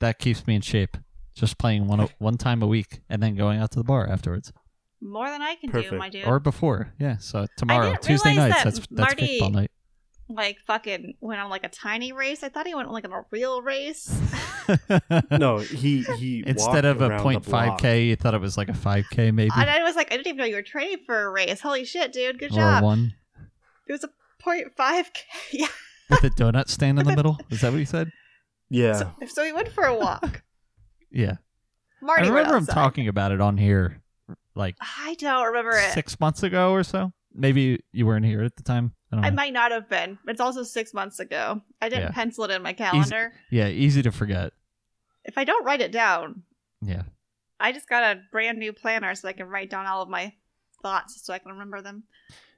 Speaker 3: That keeps me in shape. Just playing one one time a week and then going out to the bar afterwards
Speaker 2: More than I can do,
Speaker 1: Perfect.
Speaker 2: my dude.
Speaker 3: or before. Yeah. So tomorrow,
Speaker 2: didn't
Speaker 3: Tuesday
Speaker 2: realize
Speaker 3: nights.
Speaker 2: that
Speaker 3: That's that's
Speaker 2: Marty-
Speaker 3: kickball night.
Speaker 2: like fucking went on like a tiny race. I thought he went on like on a real race.
Speaker 1: No, he he
Speaker 3: Instead of a
Speaker 1: point five
Speaker 3: 0.5k, you thought it was like a 5k maybe
Speaker 2: and I was like, I didn't even know you were training for a race. Holy shit, dude. Good
Speaker 3: or a
Speaker 2: job.
Speaker 3: one
Speaker 2: It was a 0.5K. Yeah.
Speaker 3: with a donut stand in the middle. Is that what he said?
Speaker 1: Yeah,
Speaker 2: So, so we went for a walk.
Speaker 3: Yeah.
Speaker 2: Marty
Speaker 3: I remember him
Speaker 2: went outside.
Speaker 3: talking about it on here like
Speaker 2: I don't remember it.
Speaker 3: six months ago or so. Maybe you weren't here at the time. I don't know.
Speaker 2: I might not have been. It's also six months ago. I didn't
Speaker 3: Yeah.
Speaker 2: pencil it in my calendar.
Speaker 3: yeah, easy to forget.
Speaker 2: If I don't write it down,
Speaker 3: Yeah.
Speaker 2: I just got a brand new planner so I can write down all of my thoughts so I can remember them.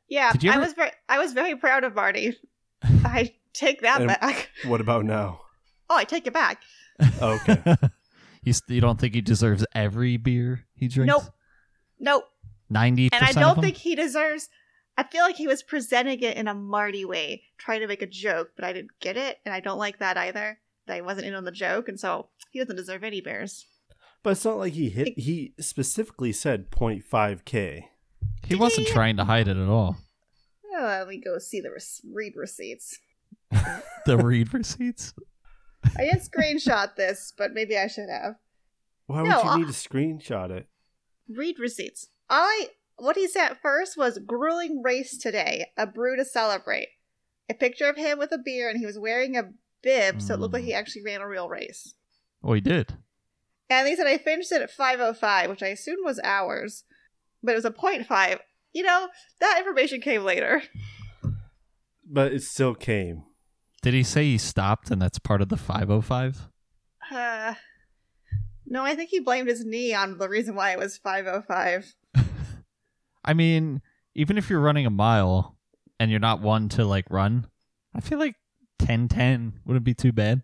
Speaker 2: Yeah,
Speaker 3: Did you
Speaker 2: I
Speaker 3: ever-
Speaker 2: was very, I was very proud of Marty. I take that
Speaker 1: And-
Speaker 2: back.
Speaker 1: what about now?
Speaker 2: Oh, I take it back.
Speaker 1: Okay,
Speaker 3: you, s- you don't think he deserves every beer he drinks?
Speaker 2: Nope. Nope.
Speaker 3: 90
Speaker 2: And I don't think he deserves. I feel like he was presenting it in a Marty way, trying to make a joke, but I didn't get it, and I don't like that either. That I wasn't in on the joke, and so he doesn't deserve any bears.
Speaker 1: but it's not like he hit. He specifically said 0.5 k.
Speaker 3: he wasn't
Speaker 2: he-
Speaker 3: trying to hide it at all.
Speaker 2: Oh, let me go see the res- read receipts.
Speaker 3: The read receipts?
Speaker 2: I didn't screenshot this, but maybe I should have.
Speaker 1: Why
Speaker 2: No,
Speaker 1: would you
Speaker 2: uh,
Speaker 1: need to screenshot it?
Speaker 2: Read receipts. I what he said first was grueling race today, a brew to celebrate. A picture of him with a beer, and he was wearing a bib, so it looked like he actually ran a real race.
Speaker 3: Oh, he did.
Speaker 2: And they said I finished it at 5.05, which I assumed was hours, but it was a 0.5. You know, that information came later.
Speaker 1: But it still came.
Speaker 3: oh Did he say he stopped and that's part of the 505?
Speaker 2: Uh, no, I think he blamed his knee on the reason why it was 505.
Speaker 3: I mean, even if you're running a mile and you're not one to like run, I feel like 1010 wouldn't be too bad.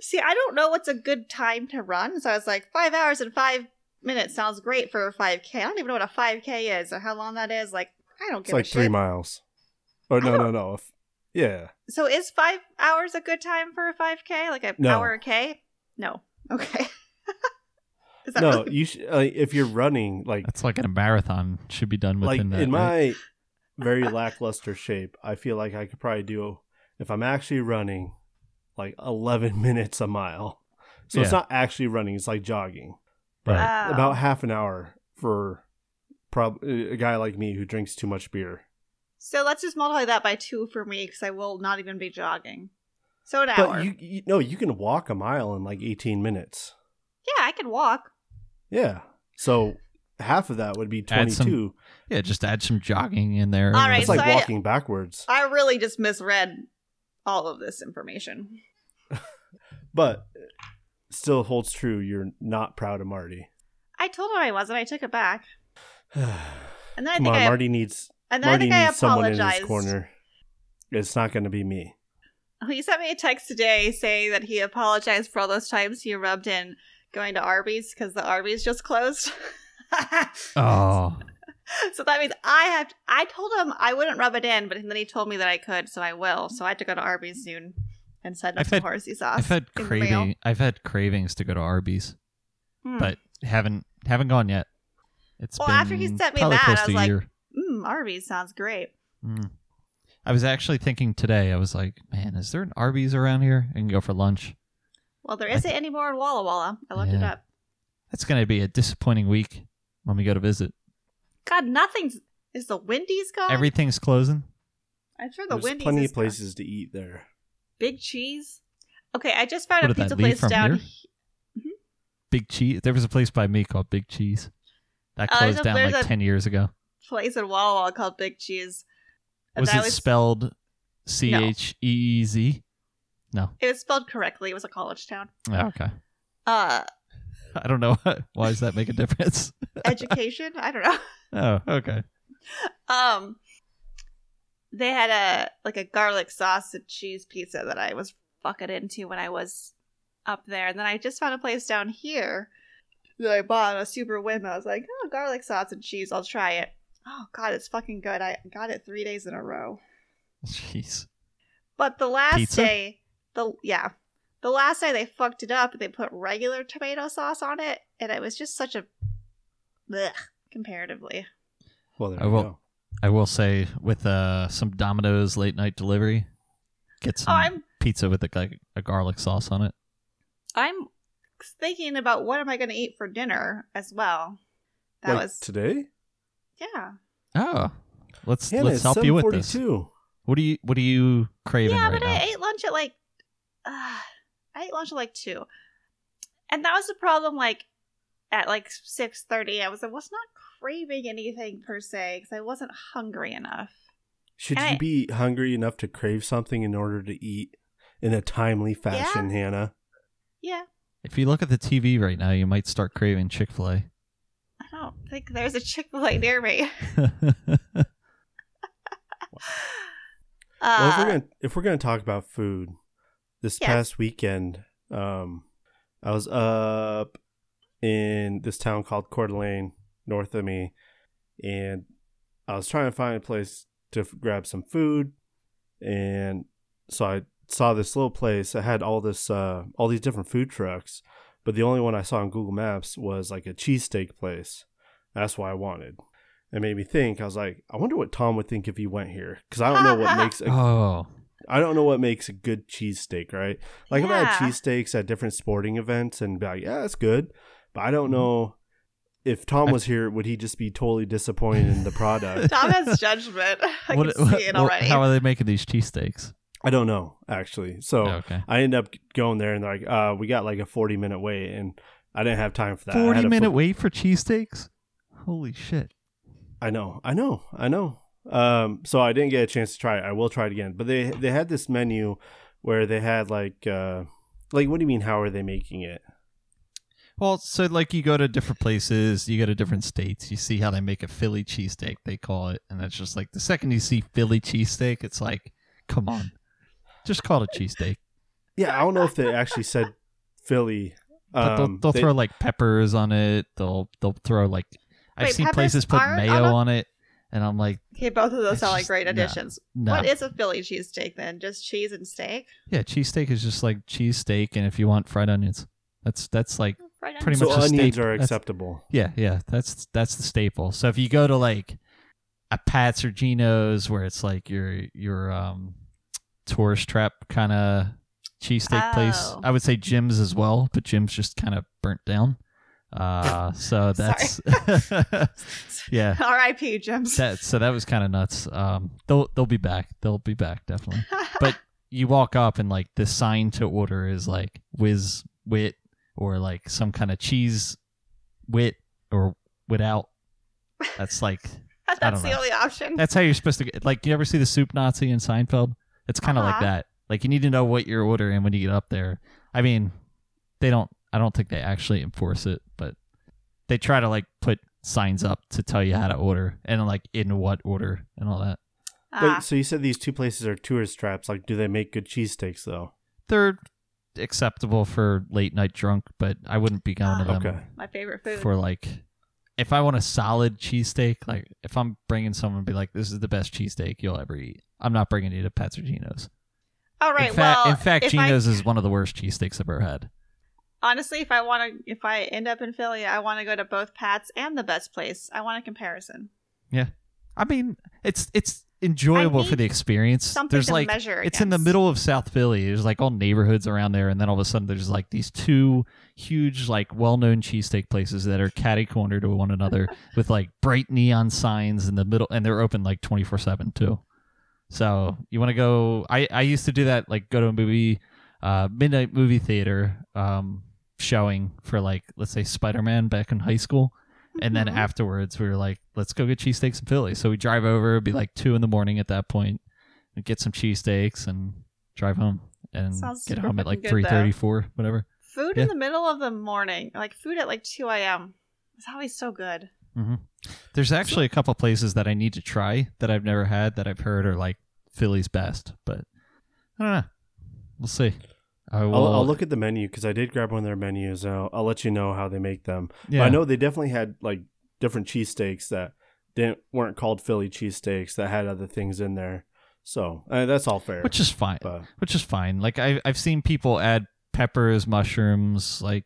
Speaker 2: See, I don't know what's a good time to run, so I was like, five hours and five minutes sounds great for a 5K. I don't even know what a 5K is or how long that is. Like, I don't
Speaker 1: It's
Speaker 2: give
Speaker 1: like
Speaker 2: a
Speaker 1: three
Speaker 2: shit.
Speaker 1: miles. Or no,
Speaker 2: I
Speaker 1: no, no. If- Yeah.
Speaker 2: so is five hours a good time for a 5K? Like an
Speaker 1: No.
Speaker 2: hour a K? No. Okay. is that
Speaker 1: No,
Speaker 2: really-
Speaker 1: you should, like, if you're running, like,
Speaker 3: That's like in a marathon should be done
Speaker 1: like
Speaker 3: within that.
Speaker 1: in
Speaker 3: right?
Speaker 1: my very lackluster shape, I feel like I could probably do if I'm actually running like 11 minutes a mile. So it's
Speaker 3: Yeah.
Speaker 1: not actually running; it's like jogging.
Speaker 3: Right.
Speaker 2: Oh.
Speaker 1: About half an hour for prob- a guy like me who drinks too much beer.
Speaker 2: So let's just multiply that by two for me because I will not even be jogging. So an hour.
Speaker 1: But you, you no, you can walk a mile in like 18 minutes.
Speaker 2: yeah, I can walk.
Speaker 1: Yeah. So half of that would be
Speaker 3: Add
Speaker 1: 22.
Speaker 3: some- yeah, just add some jogging in there.
Speaker 2: All right,
Speaker 1: it's like
Speaker 2: so I-
Speaker 1: walking backwards.
Speaker 2: I really just misread all of this information.
Speaker 1: but still holds true. You're not proud of Marty.
Speaker 2: I told him I wasn't. I took it back,
Speaker 1: Come
Speaker 2: and then I
Speaker 1: on,
Speaker 2: think I
Speaker 1: Marty needs
Speaker 2: and then
Speaker 1: Marty
Speaker 2: I think I
Speaker 1: needs someone in his
Speaker 2: apologized.
Speaker 1: corner. It's not going to be me.
Speaker 2: He sent me a text today saying that he apologized for all those times he rubbed in going to Arby's because the Arby's just closed.
Speaker 3: Oh,
Speaker 2: so that means I have. I told him I wouldn't rub it in, but then he told me that I could, so I will. So I have to go to Arby's soon and send him
Speaker 3: I've
Speaker 2: some
Speaker 3: had-
Speaker 2: horsey sauce.
Speaker 3: I've had
Speaker 2: in the mail.
Speaker 3: craving. I've had cravings to go to Arby's,
Speaker 2: Hmm.
Speaker 3: but haven't haven't gone yet. It's
Speaker 2: Well, after he
Speaker 3: been
Speaker 2: sent me
Speaker 3: probably
Speaker 2: that,
Speaker 3: close
Speaker 2: I
Speaker 3: to
Speaker 2: was
Speaker 3: a
Speaker 2: like,
Speaker 3: year.
Speaker 2: mm, Arby's sounds great.
Speaker 3: Mm. I was actually thinking today. I was like, man, is there an Arby's around here? I can go for lunch.
Speaker 2: Well, there
Speaker 3: I
Speaker 2: isn't any more in Walla Walla. I looked it
Speaker 3: Yeah.
Speaker 2: up.
Speaker 3: That's gonna be a disappointing week when we go to visit.
Speaker 2: God, nothing's. Is the Wendy's gone?
Speaker 3: Everything's closing.
Speaker 2: I'm sure the
Speaker 1: There's
Speaker 2: Wendy's
Speaker 1: plenty
Speaker 2: is
Speaker 1: of places to eat there.
Speaker 2: gone. Big Cheese. Okay, I just found
Speaker 3: What
Speaker 2: a
Speaker 3: did that
Speaker 2: pizza
Speaker 3: leave
Speaker 2: place
Speaker 3: from
Speaker 2: down.
Speaker 3: here?
Speaker 2: he- mm-hmm.
Speaker 3: Big cheese. There was a place by me called Big Cheese that
Speaker 2: Oh, there's
Speaker 3: closed
Speaker 2: a-
Speaker 3: down
Speaker 2: there's
Speaker 3: like
Speaker 2: a-
Speaker 3: ten years ago.
Speaker 2: Place in Walla Walla called Big Cheese. And
Speaker 3: Was
Speaker 2: that
Speaker 3: it spelled C H E E Z? No.
Speaker 2: It was spelled correctly. It was a college town.
Speaker 3: Oh, okay.
Speaker 2: Uh,
Speaker 3: I don't know. Why does that make a difference?
Speaker 2: education. I don't know.
Speaker 3: Oh, okay.
Speaker 2: Um, they had a like a garlic sauce and cheese pizza that I was fucking into when I was up there, and then I just found a place down here that I bought on a super whim. I was like, oh, garlic sauce and cheese, I'll try it. Oh god, it's fucking good. I got it three days in a row.
Speaker 3: Jeez.
Speaker 2: But the last
Speaker 3: Pizza?
Speaker 2: day, the yeah, the last day they fucked it up and they put regular tomato sauce on it, and it was just such a blech, comparatively.
Speaker 1: Well, there
Speaker 3: I
Speaker 1: you
Speaker 3: will-
Speaker 1: go.
Speaker 3: I will say with uh, some Domino's late night delivery, get
Speaker 2: Oh,
Speaker 3: some
Speaker 2: I'm
Speaker 3: pizza with a, like a garlic sauce on it.
Speaker 2: I'm thinking about what am I going to eat for dinner as well. That
Speaker 1: like
Speaker 2: was
Speaker 1: today.
Speaker 2: yeah.
Speaker 3: Oh, let's
Speaker 1: Hannah,
Speaker 3: let's
Speaker 1: it's
Speaker 3: help you with this.
Speaker 1: 7:42.
Speaker 3: What do you what are you craving
Speaker 2: Yeah,
Speaker 3: right
Speaker 2: but
Speaker 3: now?
Speaker 2: I ate lunch at like uh, I ate lunch at like 2. And that was the problem like at like 6:30 I was I was not craving anything per se cuz I wasn't hungry enough.
Speaker 1: Should
Speaker 2: I-
Speaker 1: you be hungry enough to crave something in order to eat in a timely fashion, Hannah?
Speaker 2: Yeah.
Speaker 3: If you look at the TV right now, you might start craving Chick Fil A.
Speaker 2: I don't think there's a Chick-fil-A near me.
Speaker 1: well, if we're
Speaker 2: Uh,
Speaker 1: gonna if we're gonna talk about food, this
Speaker 2: Yes.
Speaker 1: past weekend, um, I was up in this town called Coeur d'Alene, north of me, and I was trying to find a place to f- grab some food, and so I saw this little place. I had all this uh, all these different food trucks, but the only one I saw on Google Maps was like a cheesesteak place. That's what I wanted. It made me think. I was like, I wonder what Tom would think if he went here, because I don't know what makes a
Speaker 3: oh,
Speaker 1: I don't know what makes a good cheesesteak, right? Like I've had
Speaker 2: Yeah.
Speaker 1: cheesesteaks at different sporting events and be like, yeah, that's good. But I don't know if Tom
Speaker 3: I-
Speaker 1: was here, would he just be totally disappointed in the product?
Speaker 2: Tom has judgment. I
Speaker 3: What-
Speaker 2: can see it
Speaker 3: what-
Speaker 2: already.
Speaker 3: How are they making these cheesesteaks?
Speaker 1: I don't know, actually. So
Speaker 3: okay.
Speaker 1: Oh. I end up going there and they're like, uh, we got like a 40 minute wait and I didn't have time for that. I had a
Speaker 3: Forty
Speaker 1: fo-
Speaker 3: minute wait for cheesesteaks? Holy shit.
Speaker 1: I know, I know, I know. Um, so I didn't get a chance to try it. I will try it again. But they they had this menu where they had like uh, Like, what do you mean? How are they making it?
Speaker 3: Well, so like you go to different places, you go to different states, you see how they make a Philly cheesesteak, they call it, and that's just like the second you see Philly cheesesteak, it's like, come on, just call it a cheesesteak.
Speaker 1: Yeah, I don't know if they actually said Philly.
Speaker 3: But they'll,
Speaker 1: Um,
Speaker 3: they'll
Speaker 1: they-
Speaker 3: throw like peppers on it. They'll they'll throw like I've
Speaker 2: Wait,
Speaker 3: seen
Speaker 2: peppers
Speaker 3: places put
Speaker 2: aren't
Speaker 3: mayo
Speaker 2: on a-
Speaker 3: on it, and I'm like,
Speaker 2: Okay, both of those
Speaker 3: It's
Speaker 2: sound like
Speaker 3: just-
Speaker 2: great
Speaker 3: no.
Speaker 2: additions.
Speaker 3: no,
Speaker 2: What is a Philly cheesesteak then? Just cheese and steak?
Speaker 3: yeah, cheesesteak is just like cheesesteak, and if you want fried onions, that's that's like
Speaker 2: Right on.
Speaker 3: Pretty
Speaker 1: so
Speaker 3: much a
Speaker 1: onions
Speaker 3: staple.
Speaker 1: are
Speaker 3: That's-
Speaker 1: acceptable.
Speaker 3: Yeah, yeah, that's that's the staple. So if you go to like a Pat's or Geno's, where it's like your your um, tourist trap kind of cheesesteak place,
Speaker 2: Oh.
Speaker 3: I would say Jim's as well, but Jim's just kind of burnt down. Uh, so that's yeah,
Speaker 2: R.I.P. Gems.
Speaker 3: that so that was kind of nuts. Um, they'll they'll be back. They'll be back definitely. but you walk up and like the sign to order is like whiz wit or like some kind of cheese wit or without. That's like I
Speaker 2: That's the
Speaker 3: don't know.
Speaker 2: only option.
Speaker 3: that's how you're supposed to get. Like you ever see the soup Nazi in Seinfeld? It's kind of like
Speaker 2: Uh-huh.
Speaker 3: that. Like you need to know what you're ordering when you get up there. I mean, they don't. I don't think they actually enforce it, but they try to like put signs up to tell you how to order and like in what order and all that.
Speaker 2: Ah,
Speaker 1: Wait, so you said these two places are tourist traps. Like, do they make good cheesesteaks though?
Speaker 3: they're acceptable for late night drunk, but I wouldn't be going to them
Speaker 1: Okay.
Speaker 2: my favorite food.
Speaker 3: for like if I want a solid cheesesteak, like if I'm bringing someone be like, this is the best cheesesteak you'll ever eat. I'm not bringing you to Pat's or Gino's.
Speaker 2: All right.
Speaker 3: in, fa-
Speaker 2: well,
Speaker 3: in fact,
Speaker 2: if I,
Speaker 3: Gino's is one of the worst cheesesteaks I've ever had.
Speaker 2: honestly, if I want to, if I end up in Philly, I want to go to both Pat's and the best place. I want a comparison.
Speaker 3: I mean, it's it's enjoyable for
Speaker 2: need
Speaker 3: the experience.
Speaker 2: Something
Speaker 3: There's
Speaker 2: to
Speaker 3: like
Speaker 2: measure.
Speaker 3: It's in the
Speaker 2: against.
Speaker 3: middle of South Philly. There's like all neighborhoods around there, and then all of a sudden there's like these two huge, like well-known cheesesteak places that are catty corner to one another with like bright neon signs in the middle, and they're open like 24/7 too. So you want to go? I I used to do that, like go to a movie, uh, midnight movie theater um, showing for like let's say Spider-Man back in high school. And then
Speaker 2: Mhm.
Speaker 3: afterwards, we were like, let's go get cheesesteaks in Philly. So we drive over, it'd be like two in the morning at that point, and get some cheesesteaks and drive home and
Speaker 2: Sounds
Speaker 3: get
Speaker 2: super
Speaker 3: home at like
Speaker 2: fucking good, though.
Speaker 3: 3.30, 4, whatever.
Speaker 2: food
Speaker 3: yeah.
Speaker 2: in the middle of the morning, like food at like two a.m. It's always so good.
Speaker 3: Mm-hmm. There's actually a couple places that I need to try that I've never had that I've heard are like Philly's best, but I don't know. We'll see. I will.
Speaker 1: I'll, I'll look at the menu because I did grab one of their menus. And I'll, I'll let you know how they make them.
Speaker 3: Yeah.
Speaker 1: I know they definitely had like different cheesesteaks that didn't weren't called Philly cheesesteaks that had other things in there. So uh, that's all fair.
Speaker 3: Which is fine.
Speaker 1: but
Speaker 3: which is fine. Like I I've seen people add peppers, mushrooms, like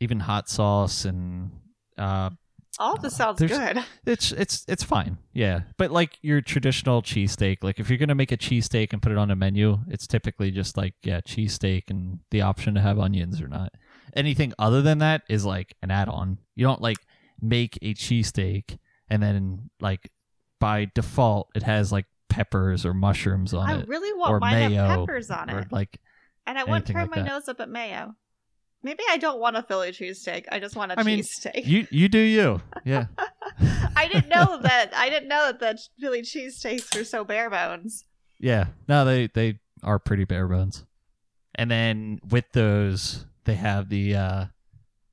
Speaker 3: even hot sauce and uh
Speaker 2: All of this sounds
Speaker 3: There's-
Speaker 2: good.
Speaker 3: it's it's it's fine. Yeah. But like your traditional cheesesteak, like if you're going to make a cheesesteak and put it on a menu, it's typically just like yeah, cheesesteak and the option to have onions or not. Anything other than that is like an add-on. You don't like make a cheesesteak and then like by default it has like peppers or mushrooms on
Speaker 2: I
Speaker 3: it
Speaker 2: really
Speaker 3: or
Speaker 2: want mine to have
Speaker 3: mayo
Speaker 2: peppers on
Speaker 3: or
Speaker 2: it,
Speaker 3: like
Speaker 2: and I wouldn't
Speaker 3: anything
Speaker 2: turn
Speaker 3: like
Speaker 2: my
Speaker 3: that.
Speaker 2: nose up at mayo. Maybe I don't want a Philly cheesesteak. I just want a
Speaker 3: I mean,
Speaker 2: cheesesteak.
Speaker 3: you you do you. Yeah.
Speaker 2: I didn't know that. I didn't know that the Philly cheesesteaks were so bare bones.
Speaker 3: Yeah. No, they they are pretty bare bones. And then with those, they have the uh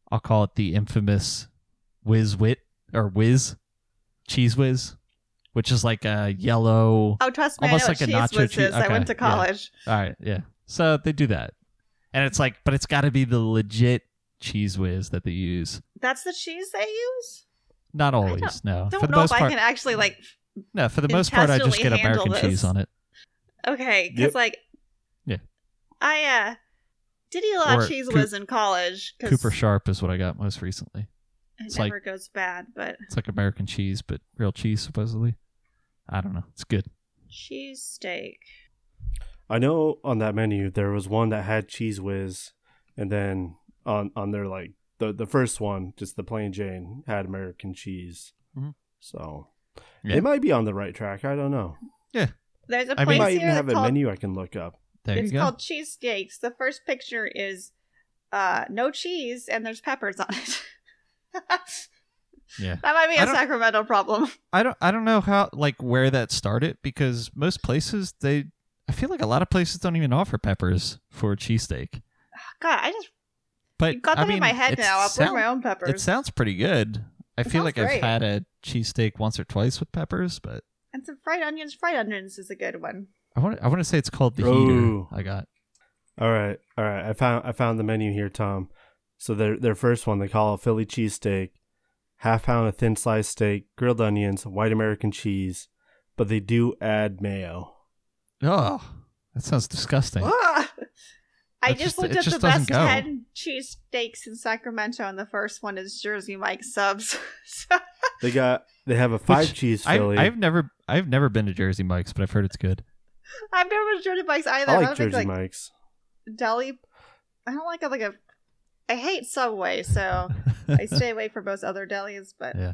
Speaker 3: I'll call it the infamous whiz wit or whiz cheese whiz, which is like a yellow.
Speaker 2: Oh, trust me,
Speaker 3: Almost
Speaker 2: I know
Speaker 3: like a
Speaker 2: what
Speaker 3: nacho
Speaker 2: cheese whiz
Speaker 3: cheese-
Speaker 2: is. I
Speaker 3: okay,
Speaker 2: went to
Speaker 3: yeah.
Speaker 2: college.
Speaker 3: All right, yeah. So they do that. And it's like but it's got to be the legit cheese whiz that they use.
Speaker 2: That's the cheese they use.
Speaker 3: Not always, no.
Speaker 2: Don't
Speaker 3: for the
Speaker 2: know if
Speaker 3: most
Speaker 2: I
Speaker 3: part,
Speaker 2: can actually like.
Speaker 3: no. For the most part, I just get
Speaker 2: intestinally handle
Speaker 3: American cheese
Speaker 2: this.
Speaker 3: on it.
Speaker 2: Okay, because
Speaker 1: Yep.
Speaker 2: like.
Speaker 3: Yeah.
Speaker 2: I uh, did eat a lot
Speaker 3: Or
Speaker 2: of cheese
Speaker 3: Coop-
Speaker 2: whiz in college because
Speaker 3: Cooper Sharp is what I got most recently.
Speaker 2: it
Speaker 3: it's
Speaker 2: never goes bad. But
Speaker 3: It's like American cheese, but real cheese supposedly. I don't know. It's good.
Speaker 2: cheese steak.
Speaker 1: I know on that menu there was one that had cheese whiz, and then on on their like the the first one, just the plain Jane had American cheese.
Speaker 3: Mhm.
Speaker 1: So
Speaker 3: Yeah.
Speaker 1: it might be on the right track. I don't know.
Speaker 2: There's a
Speaker 1: They
Speaker 2: place
Speaker 3: I mean-
Speaker 1: might
Speaker 2: here
Speaker 1: even have a
Speaker 2: called
Speaker 1: menu I can look up.
Speaker 3: There
Speaker 2: it's
Speaker 3: you go.
Speaker 2: called cheesesteaks. The first picture is uh, no cheese and there's peppers on it.
Speaker 3: Yeah.
Speaker 2: That might be
Speaker 3: I
Speaker 2: a
Speaker 3: don't-
Speaker 2: Sacramento problem.
Speaker 3: I don't I don't know how like where that started because most places they I feel like a lot of places don't even offer peppers for a cheesesteak.
Speaker 2: God, I just
Speaker 3: But
Speaker 2: you got that
Speaker 3: I mean,
Speaker 2: in my head
Speaker 3: it
Speaker 2: now. I'll put
Speaker 3: sound-
Speaker 2: my own peppers.
Speaker 3: It sounds pretty good. I
Speaker 2: It
Speaker 3: feel
Speaker 2: sounds
Speaker 3: like I've
Speaker 2: great.
Speaker 3: had a cheesesteak once or twice with peppers, but
Speaker 2: and some fried onions. Fried onions is a good one.
Speaker 3: I want I want to say it's called the
Speaker 1: Ooh.
Speaker 3: heater. I got
Speaker 1: All right, all right. I found I found the menu here, Tom. So their their first one they call a Philly cheesesteak, half pound of thin sliced steak, grilled onions, white American cheese, but they do add mayo.
Speaker 3: oh that sounds disgusting.
Speaker 2: Ah! I
Speaker 3: It
Speaker 2: just,
Speaker 3: just-
Speaker 2: looked
Speaker 3: it
Speaker 2: up the
Speaker 3: just
Speaker 2: best
Speaker 3: doesn't go.
Speaker 2: 10 cheesesteaks in Sacramento, and the first one is Jersey Mike subs. so,
Speaker 1: They got they have a five
Speaker 3: Which
Speaker 1: cheese
Speaker 3: I've,
Speaker 1: Philly.
Speaker 3: I've never I've never been to Jersey Mike's, but I've heard it's good.
Speaker 2: I've never been to Jersey Mike's either.
Speaker 1: I
Speaker 2: I'm
Speaker 1: like
Speaker 2: not a big,
Speaker 1: Jersey Mike's.
Speaker 2: Deli. I don't like a, like a. I hate Subway, so I stay away from most other delis. But
Speaker 3: Yeah.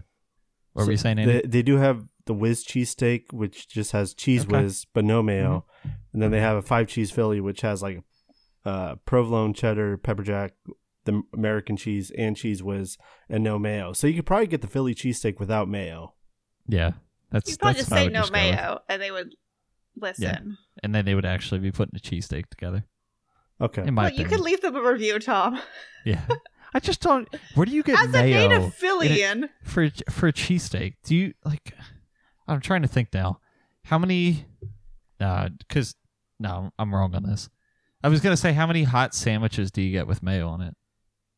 Speaker 3: what were you saying,
Speaker 1: They,
Speaker 3: Andy?
Speaker 1: they do have the whiz cheesesteak, which just has cheese
Speaker 3: Okay. Mm-hmm.
Speaker 1: whiz but no mayo, and then they have a five cheese Philly, which has like uh, provolone, cheddar, pepper jack, the American cheese, and cheese whiz, and no mayo. So you could probably get the Philly cheesesteak without mayo.
Speaker 3: yeah, that's
Speaker 2: you probably
Speaker 3: that's
Speaker 2: just
Speaker 3: what I
Speaker 2: say
Speaker 3: would
Speaker 2: no
Speaker 3: just go with.
Speaker 2: mayo, and they would listen.
Speaker 3: and then they would actually be putting a cheesesteak together.
Speaker 1: Okay,
Speaker 3: In my
Speaker 2: Well, you could
Speaker 3: opinion.
Speaker 2: leave them a review, Tom.
Speaker 3: yeah. I just don't. Where do you get
Speaker 2: As a
Speaker 3: mayo?
Speaker 2: native Phillian,
Speaker 3: for for a cheesesteak do you like i'm trying to think now how many uh because no i'm wrong on this i was gonna say how many hot sandwiches do you get with mayo on it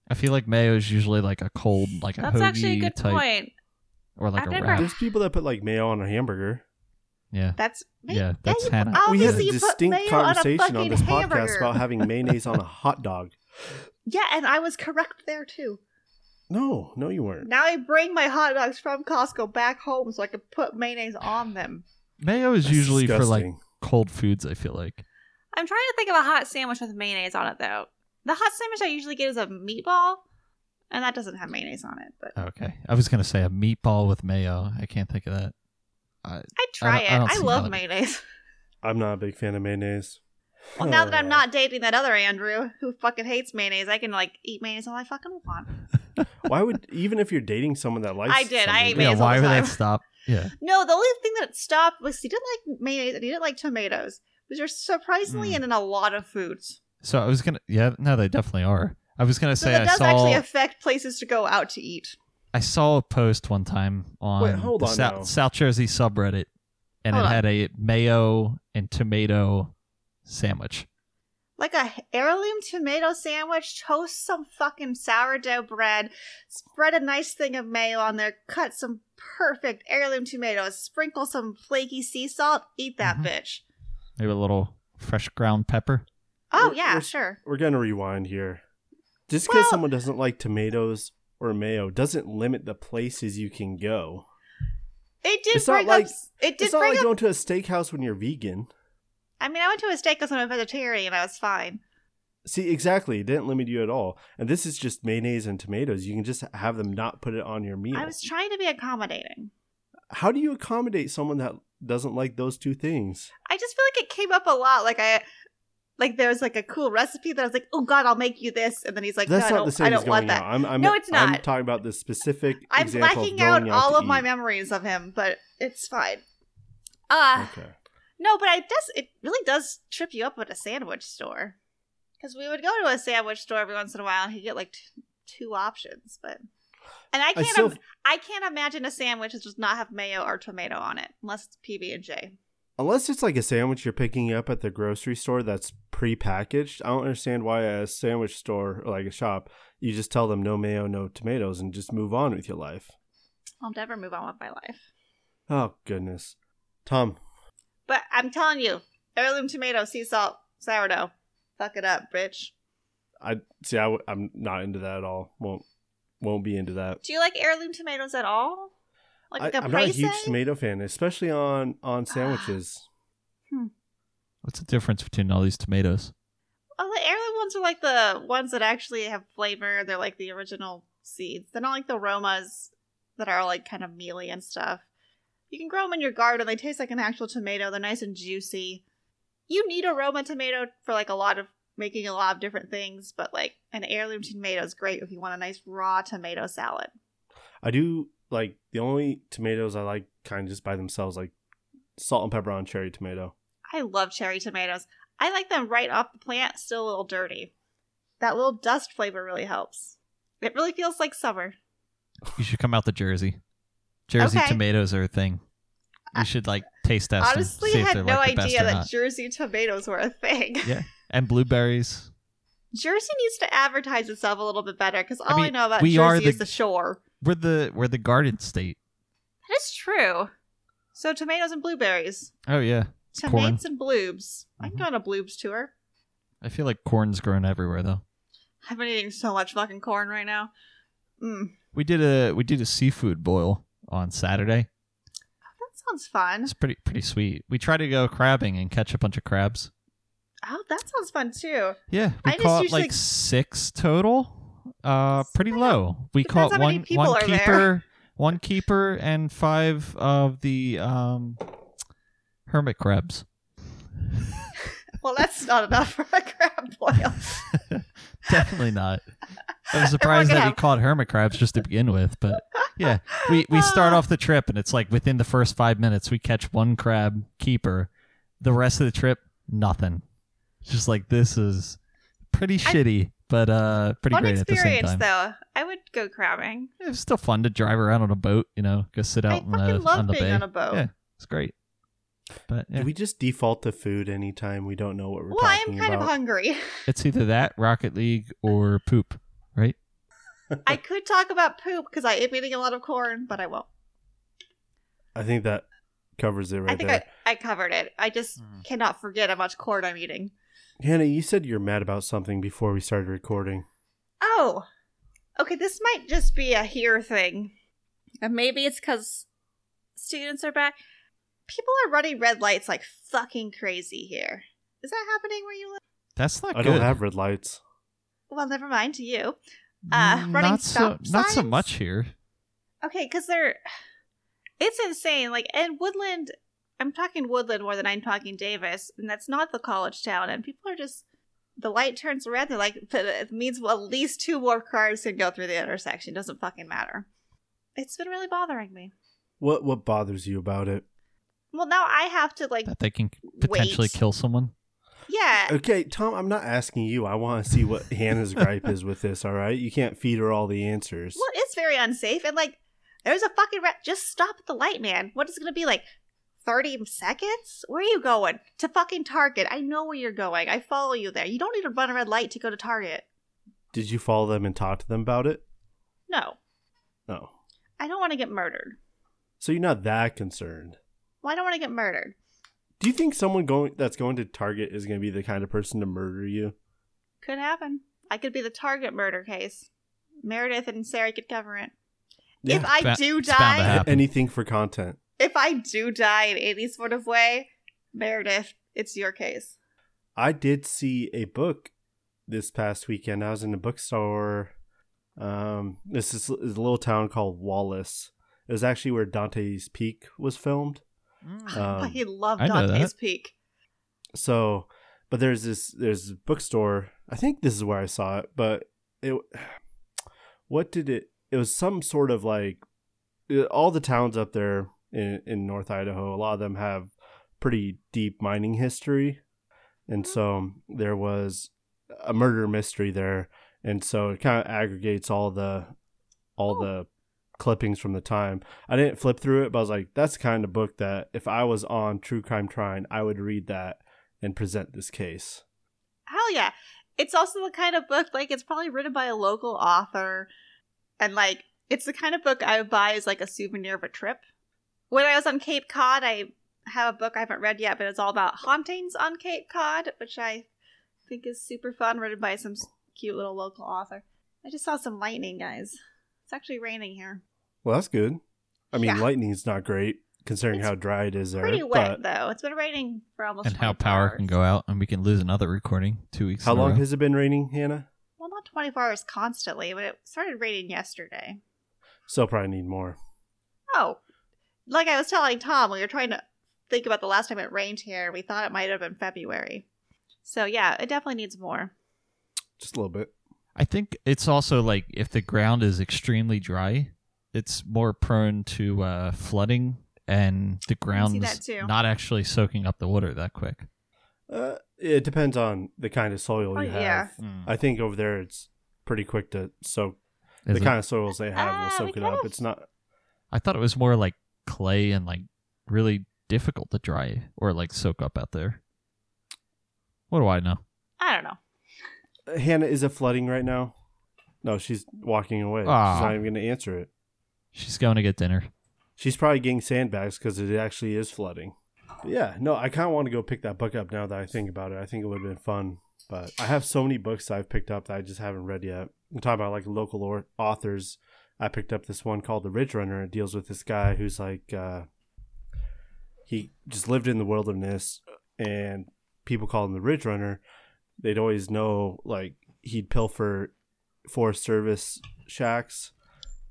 Speaker 3: i feel like mayo is usually like a cold like a
Speaker 2: that's
Speaker 3: hoagie
Speaker 2: actually a good
Speaker 3: type
Speaker 2: point.
Speaker 3: or like
Speaker 2: I've
Speaker 3: a
Speaker 2: never-
Speaker 3: wrap
Speaker 1: there's people that put like mayo on a hamburger.
Speaker 3: yeah
Speaker 2: That's
Speaker 3: yeah that's
Speaker 2: you-
Speaker 3: hannah
Speaker 1: we had
Speaker 2: Obviously,
Speaker 1: a
Speaker 2: you put
Speaker 1: distinct
Speaker 2: mayo on a
Speaker 1: conversation on,
Speaker 2: fucking
Speaker 1: this podcast
Speaker 2: hamburger.
Speaker 1: about having mayonnaise on a hot dog.
Speaker 2: Yeah, and I was correct there too.
Speaker 1: No, no, you weren't.
Speaker 2: Now I bring my hot dogs from Costco back home so I can put mayonnaise on them.
Speaker 3: mayo is
Speaker 1: That's
Speaker 3: usually for like
Speaker 1: disgusting.
Speaker 3: cold foods i feel like
Speaker 2: I'm trying to think of a hot sandwich with mayonnaise on it though. The hot sandwich I usually get is a meatball, and that doesn't have mayonnaise on it. But
Speaker 3: okay i was gonna say a meatball with mayo i can't think of that
Speaker 2: I try
Speaker 3: I
Speaker 2: it.
Speaker 3: don't- I don't
Speaker 2: I,
Speaker 3: see how
Speaker 2: love
Speaker 3: it-
Speaker 2: mayonnaise.
Speaker 1: I'm not a big fan of mayonnaise.
Speaker 2: Well, now that I'm not dating that other Andrew who fucking hates mayonnaise, I can like eat mayonnaise all I fucking want.
Speaker 1: Why would even if you're dating someone that likes?
Speaker 2: I did, I
Speaker 1: something-
Speaker 2: ate
Speaker 3: yeah
Speaker 2: Mayonnaise all
Speaker 3: why
Speaker 2: the
Speaker 3: would
Speaker 2: time.
Speaker 3: that stop yeah
Speaker 2: No, the only thing that stopped was he didn't like mayonnaise and he didn't like tomatoes, which are surprisingly
Speaker 3: Mm.
Speaker 2: in, in a lot of foods.
Speaker 3: So I was gonna, yeah, no, they definitely are. I was gonna
Speaker 2: So
Speaker 3: say
Speaker 2: that
Speaker 3: I
Speaker 2: does
Speaker 3: saw
Speaker 2: actually affect places to go out to eat.
Speaker 3: I saw a post one time on,
Speaker 1: Wait, hold
Speaker 3: the
Speaker 1: on now.
Speaker 3: South, South Jersey subreddit, and
Speaker 2: Hold
Speaker 3: it
Speaker 2: on.
Speaker 3: had a mayo and tomato sandwich.
Speaker 2: like a heirloom tomato sandwich, toast some fucking sourdough bread, spread a nice thing of mayo on there, cut some perfect heirloom tomatoes, sprinkle some flaky sea salt, eat that
Speaker 3: Mhm.
Speaker 2: bitch.
Speaker 3: Maybe a little fresh ground pepper.
Speaker 2: Oh
Speaker 1: Wh-
Speaker 2: yeah,
Speaker 1: which-
Speaker 2: sure.
Speaker 1: We're gonna rewind here. Just because
Speaker 2: Well-
Speaker 1: someone doesn't like tomatoes or mayo doesn't limit the places you can go.
Speaker 2: It did
Speaker 1: It's not
Speaker 2: bring
Speaker 1: like-
Speaker 2: up it did
Speaker 1: It's not
Speaker 2: bring
Speaker 1: like
Speaker 2: up
Speaker 1: going to a steakhouse when you're vegan.
Speaker 2: I mean I went to a steakhouse and I'm a vegetarian, I was fine.
Speaker 1: See, exactly. It didn't limit you at all. And this is just mayonnaise and tomatoes. You can just have them not put it on your meal.
Speaker 2: I was trying to be accommodating.
Speaker 1: How do you accommodate someone that doesn't like those two things?
Speaker 2: I just feel like it came up a lot. Like I like there was like a cool recipe that I was like, Oh god, I'll make you this and then he's like,
Speaker 1: That's
Speaker 2: No,
Speaker 1: not the
Speaker 2: I
Speaker 1: same as
Speaker 2: don't I don't
Speaker 1: going
Speaker 2: want that.
Speaker 1: out. I'm, I'm,
Speaker 2: No, it's
Speaker 1: I'm
Speaker 2: not.
Speaker 1: talking about this specific.
Speaker 2: I'm
Speaker 1: example of
Speaker 2: blacking
Speaker 1: going
Speaker 2: out
Speaker 1: out,
Speaker 2: all
Speaker 1: to
Speaker 2: of my
Speaker 1: eat.
Speaker 2: memories of him, but it's fine. Uh
Speaker 1: Okay.
Speaker 2: no, but it does it really does trip you up at a sandwich store. Cuz we would go to a sandwich store every once in a while and you get like t- two options, but and I
Speaker 1: I
Speaker 2: can't I,
Speaker 1: still,
Speaker 2: I can't imagine a sandwich that does not have mayo or tomato on it unless it's PB&J.
Speaker 1: unless it's like a sandwich you're picking up at the grocery store that's prepackaged. I don't understand why a sandwich store or like a shop you just tell them no mayo, no tomatoes, and just move on with your life.
Speaker 2: I'll never move on with my life.
Speaker 1: Oh goodness, Tom,
Speaker 2: But I'm telling you, heirloom tomato, sea salt, sourdough. Fuck it up, bitch.
Speaker 1: I see. I w- I'm not into that at all. Won't won't be into that.
Speaker 2: Do you like heirloom tomatoes at all? Like, Ah. like
Speaker 1: I,
Speaker 2: a
Speaker 1: I'm not a
Speaker 2: pricey?
Speaker 1: huge tomato fan, especially on on sandwiches.
Speaker 3: What's the difference between all these tomatoes?
Speaker 2: Oh, the heirloom ones are like the ones that actually have flavor. They're like the original seeds. They're not like the Romas that are like kind of mealy and stuff. You can grow them in your garden. They taste like an actual tomato. They're nice and juicy. You need a Roma tomato for like a lot of making a lot of different things, but like an heirloom tomato is great if you want a nice raw tomato salad.
Speaker 1: I do like the only tomatoes I like kind of just by themselves, like salt and pepper on cherry tomato.
Speaker 2: I love cherry tomatoes. I like them right off the plant, still a little dirty. That little dust flavor really helps. It really feels like summer.
Speaker 3: You should come out the Jersey. Jersey
Speaker 2: Okay.
Speaker 3: tomatoes are a thing. You should like taste test. and
Speaker 2: Honestly,
Speaker 3: see
Speaker 2: I
Speaker 3: if they're
Speaker 2: had no
Speaker 3: like the best
Speaker 2: idea
Speaker 3: or
Speaker 2: that
Speaker 3: not.
Speaker 2: Jersey tomatoes were a thing.
Speaker 3: Yeah. and blueberries.
Speaker 2: Jersey needs to advertise itself a little bit better because all I,
Speaker 3: mean,
Speaker 2: know about
Speaker 3: we
Speaker 2: Jersey
Speaker 3: are the-
Speaker 2: is the shore.
Speaker 3: We're the we're the garden state.
Speaker 2: That is true. So tomatoes and blueberries,
Speaker 3: Oh yeah,
Speaker 2: tomatoes and bloobs. I can
Speaker 3: Mhm.
Speaker 2: go on a bloobs tour.
Speaker 3: I feel like corn's grown everywhere though.
Speaker 2: I've been eating so much fucking corn right now. Mm,
Speaker 3: We did a we did a seafood boil on Saturday.
Speaker 2: that sounds fun.
Speaker 3: It's pretty pretty sweet. We tried to go crabbing and catch a bunch of crabs.
Speaker 2: Oh, that sounds fun too.
Speaker 3: Yeah,
Speaker 2: I
Speaker 3: we
Speaker 2: just
Speaker 3: caught
Speaker 2: usually-
Speaker 3: like six total. Uh, pretty
Speaker 2: Yeah.
Speaker 3: low. We
Speaker 2: Depends
Speaker 3: caught
Speaker 2: how many
Speaker 3: one
Speaker 2: people
Speaker 3: one
Speaker 2: are
Speaker 3: keeper,
Speaker 2: there.
Speaker 3: one keeper, and five of the um hermit crabs.
Speaker 2: Well, that's not enough for a crab boil.
Speaker 3: Definitely not. I was surprised
Speaker 2: can
Speaker 3: that he
Speaker 2: have-
Speaker 3: caught hermit crabs just to begin with, but yeah, we we start off the trip and it's like within the first five minutes we catch one crab keeper. The rest of the trip, nothing. It's Just like this is pretty
Speaker 2: I-
Speaker 3: shitty, but uh, pretty
Speaker 2: Fun
Speaker 3: great at the same
Speaker 2: experience
Speaker 3: time.
Speaker 2: though. I would go crabbing.
Speaker 3: It was still fun to drive around on a boat, you know, go sit
Speaker 2: I
Speaker 3: out on
Speaker 2: fucking
Speaker 3: the,
Speaker 2: love
Speaker 3: on the
Speaker 2: being
Speaker 3: bay.
Speaker 2: on a boat.
Speaker 3: Yeah, it's great. But yeah,
Speaker 1: Do we just default to food anytime we don't know what we're
Speaker 2: Well, I am
Speaker 1: talking
Speaker 2: kind
Speaker 1: about?
Speaker 2: of hungry.
Speaker 3: it's either that Rocket League or poop, right?
Speaker 2: I could talk about poop because I am eating a lot of corn, but I won't.
Speaker 1: I think that covers it right
Speaker 2: I think
Speaker 1: there.
Speaker 2: I, I covered it. I just
Speaker 3: Mm.
Speaker 2: cannot forget how much corn I'm eating.
Speaker 1: Hannah, you said you're mad about something before we started recording.
Speaker 2: Oh, okay. This might just be a here thing, and maybe it's because students are back. People are running red lights like fucking crazy here. Is that happening where you live?
Speaker 3: That's not
Speaker 1: I
Speaker 3: good.
Speaker 1: don't have red lights.
Speaker 2: Well, never mind to you. uh,
Speaker 3: Mm,
Speaker 2: running
Speaker 3: not so,
Speaker 2: stop
Speaker 3: not so
Speaker 2: signs?
Speaker 3: much here.
Speaker 2: Okay, because they're. It's insane. Like, and Woodland, I'm talking Woodland more than I'm talking Davis, and that's not the college town. And people are just. The light turns red. They're like, "But it means well, at least two more cars can go through the intersection. Doesn't fucking matter. It's been really bothering me.
Speaker 1: What what bothers you about it?
Speaker 2: Well, now I have to, like,
Speaker 3: That they can potentially
Speaker 2: Wait.
Speaker 3: kill someone.
Speaker 2: yeah.
Speaker 1: Okay, Tom, I'm not asking you. I want to see what Hannah's gripe is with this, all right? You can't feed her all the answers.
Speaker 2: Well, it's very unsafe. And, like, there's a fucking rat. Just stop at the light, man. What is it going to be like? 30 seconds? Where are you going? To fucking Target. I know where you're going. I follow you there. You don't need to run a red light to go to Target.
Speaker 1: Did you follow them and talk to them about it?
Speaker 2: No,
Speaker 1: No.
Speaker 2: I don't want to get murdered.
Speaker 1: So you're not that concerned.
Speaker 2: Well, I don't want to get murdered.
Speaker 1: Do you think someone going that's going to Target is going to be the kind of person to murder you?
Speaker 2: Could happen. I could be the target murder case. Meredith and Sarah could cover it. if I
Speaker 3: Ba-
Speaker 2: do
Speaker 3: it's bound to
Speaker 2: die,
Speaker 3: happen.
Speaker 1: Anything for content.
Speaker 2: if I do die in any sort of way, Meredith, it's your case.
Speaker 1: I did see a book this past weekend. I was in a bookstore. Um, this is, is a little town called Wallace. It was actually where Dante's Peak was filmed.
Speaker 2: I
Speaker 1: Um,
Speaker 2: fucking love
Speaker 3: I know
Speaker 2: Dante's Peak.
Speaker 1: So, but there's this there's a bookstore. I think this is where I saw it, but it what did it? It was some sort of like uh, all the towns up there in in North Idaho. A lot of them have pretty deep mining history, and so there was a murder mystery there, and so it kind of aggregates all the all the clippings from the time. I didn't flip through it, but I was like, that's the kind of book that if I was on true crime trying, I would read that and present this case.
Speaker 2: Hell yeah. It's also the kind of book, like, it's probably written by a local author. And, like, it's the kind of book I would buy as, like, a souvenir of a trip. When I was on Cape Cod, I have a book I haven't read yet, but it's all about hauntings on Cape Cod, which I think is super fun, written by some s- cute little local author. I just saw some lightning, guys. It's actually raining here.
Speaker 1: Well, that's good. I mean,
Speaker 2: Yeah.
Speaker 1: lightning's not great considering
Speaker 2: It's
Speaker 1: how dry it is there.
Speaker 2: Pretty
Speaker 1: but
Speaker 2: wet, though. It's been raining for almost
Speaker 3: and how
Speaker 2: 24
Speaker 3: power
Speaker 2: hours.
Speaker 3: can go out, and we can lose another recording two weeks.
Speaker 1: how
Speaker 3: in a
Speaker 1: long
Speaker 3: row.
Speaker 1: has it been raining, Hannah?
Speaker 2: Well, not 24 hours constantly, but it started raining yesterday.
Speaker 1: So probably need more.
Speaker 2: Oh, like I was telling Tom, we were trying to think about the last time it rained here. We thought it might have been February. So yeah, it definitely needs more.
Speaker 1: Just a little bit.
Speaker 3: I think it's also like if the ground is extremely dry, it's more prone to uh, flooding, and the
Speaker 2: can see
Speaker 3: ground's
Speaker 2: that too.
Speaker 3: not actually soaking up the water that quick.
Speaker 1: Uh, It depends on the kind of soil
Speaker 2: Oh,
Speaker 1: you have.
Speaker 2: yeah.
Speaker 1: I think over there it's pretty quick to soak.
Speaker 3: Is
Speaker 1: the
Speaker 3: it-
Speaker 1: kind of soils they have will
Speaker 2: Ah, we
Speaker 1: soak it
Speaker 2: kind
Speaker 1: up.
Speaker 2: of-
Speaker 1: It's not.
Speaker 3: I thought it was more like clay and like really difficult to dry or like soak up out there. What do I know?
Speaker 2: I don't know.
Speaker 1: Hannah, is it flooding right now? No, she's walking away.
Speaker 3: Ah.
Speaker 1: She's not even going to answer it.
Speaker 3: She's going to get dinner.
Speaker 1: She's probably getting sandbags because it actually is flooding. But yeah, no, I kind of want to go pick that book up now that I think about it. I think it would have been fun. But I have so many books I've picked up that I just haven't read yet. I'm talking about like local or- authors. I picked up this one called The Ridge Runner. It deals with this guy who's like, uh, he just lived in the wilderness and people call him the Ridge Runner. They'd always know, like, he'd pilfer Forest Service shacks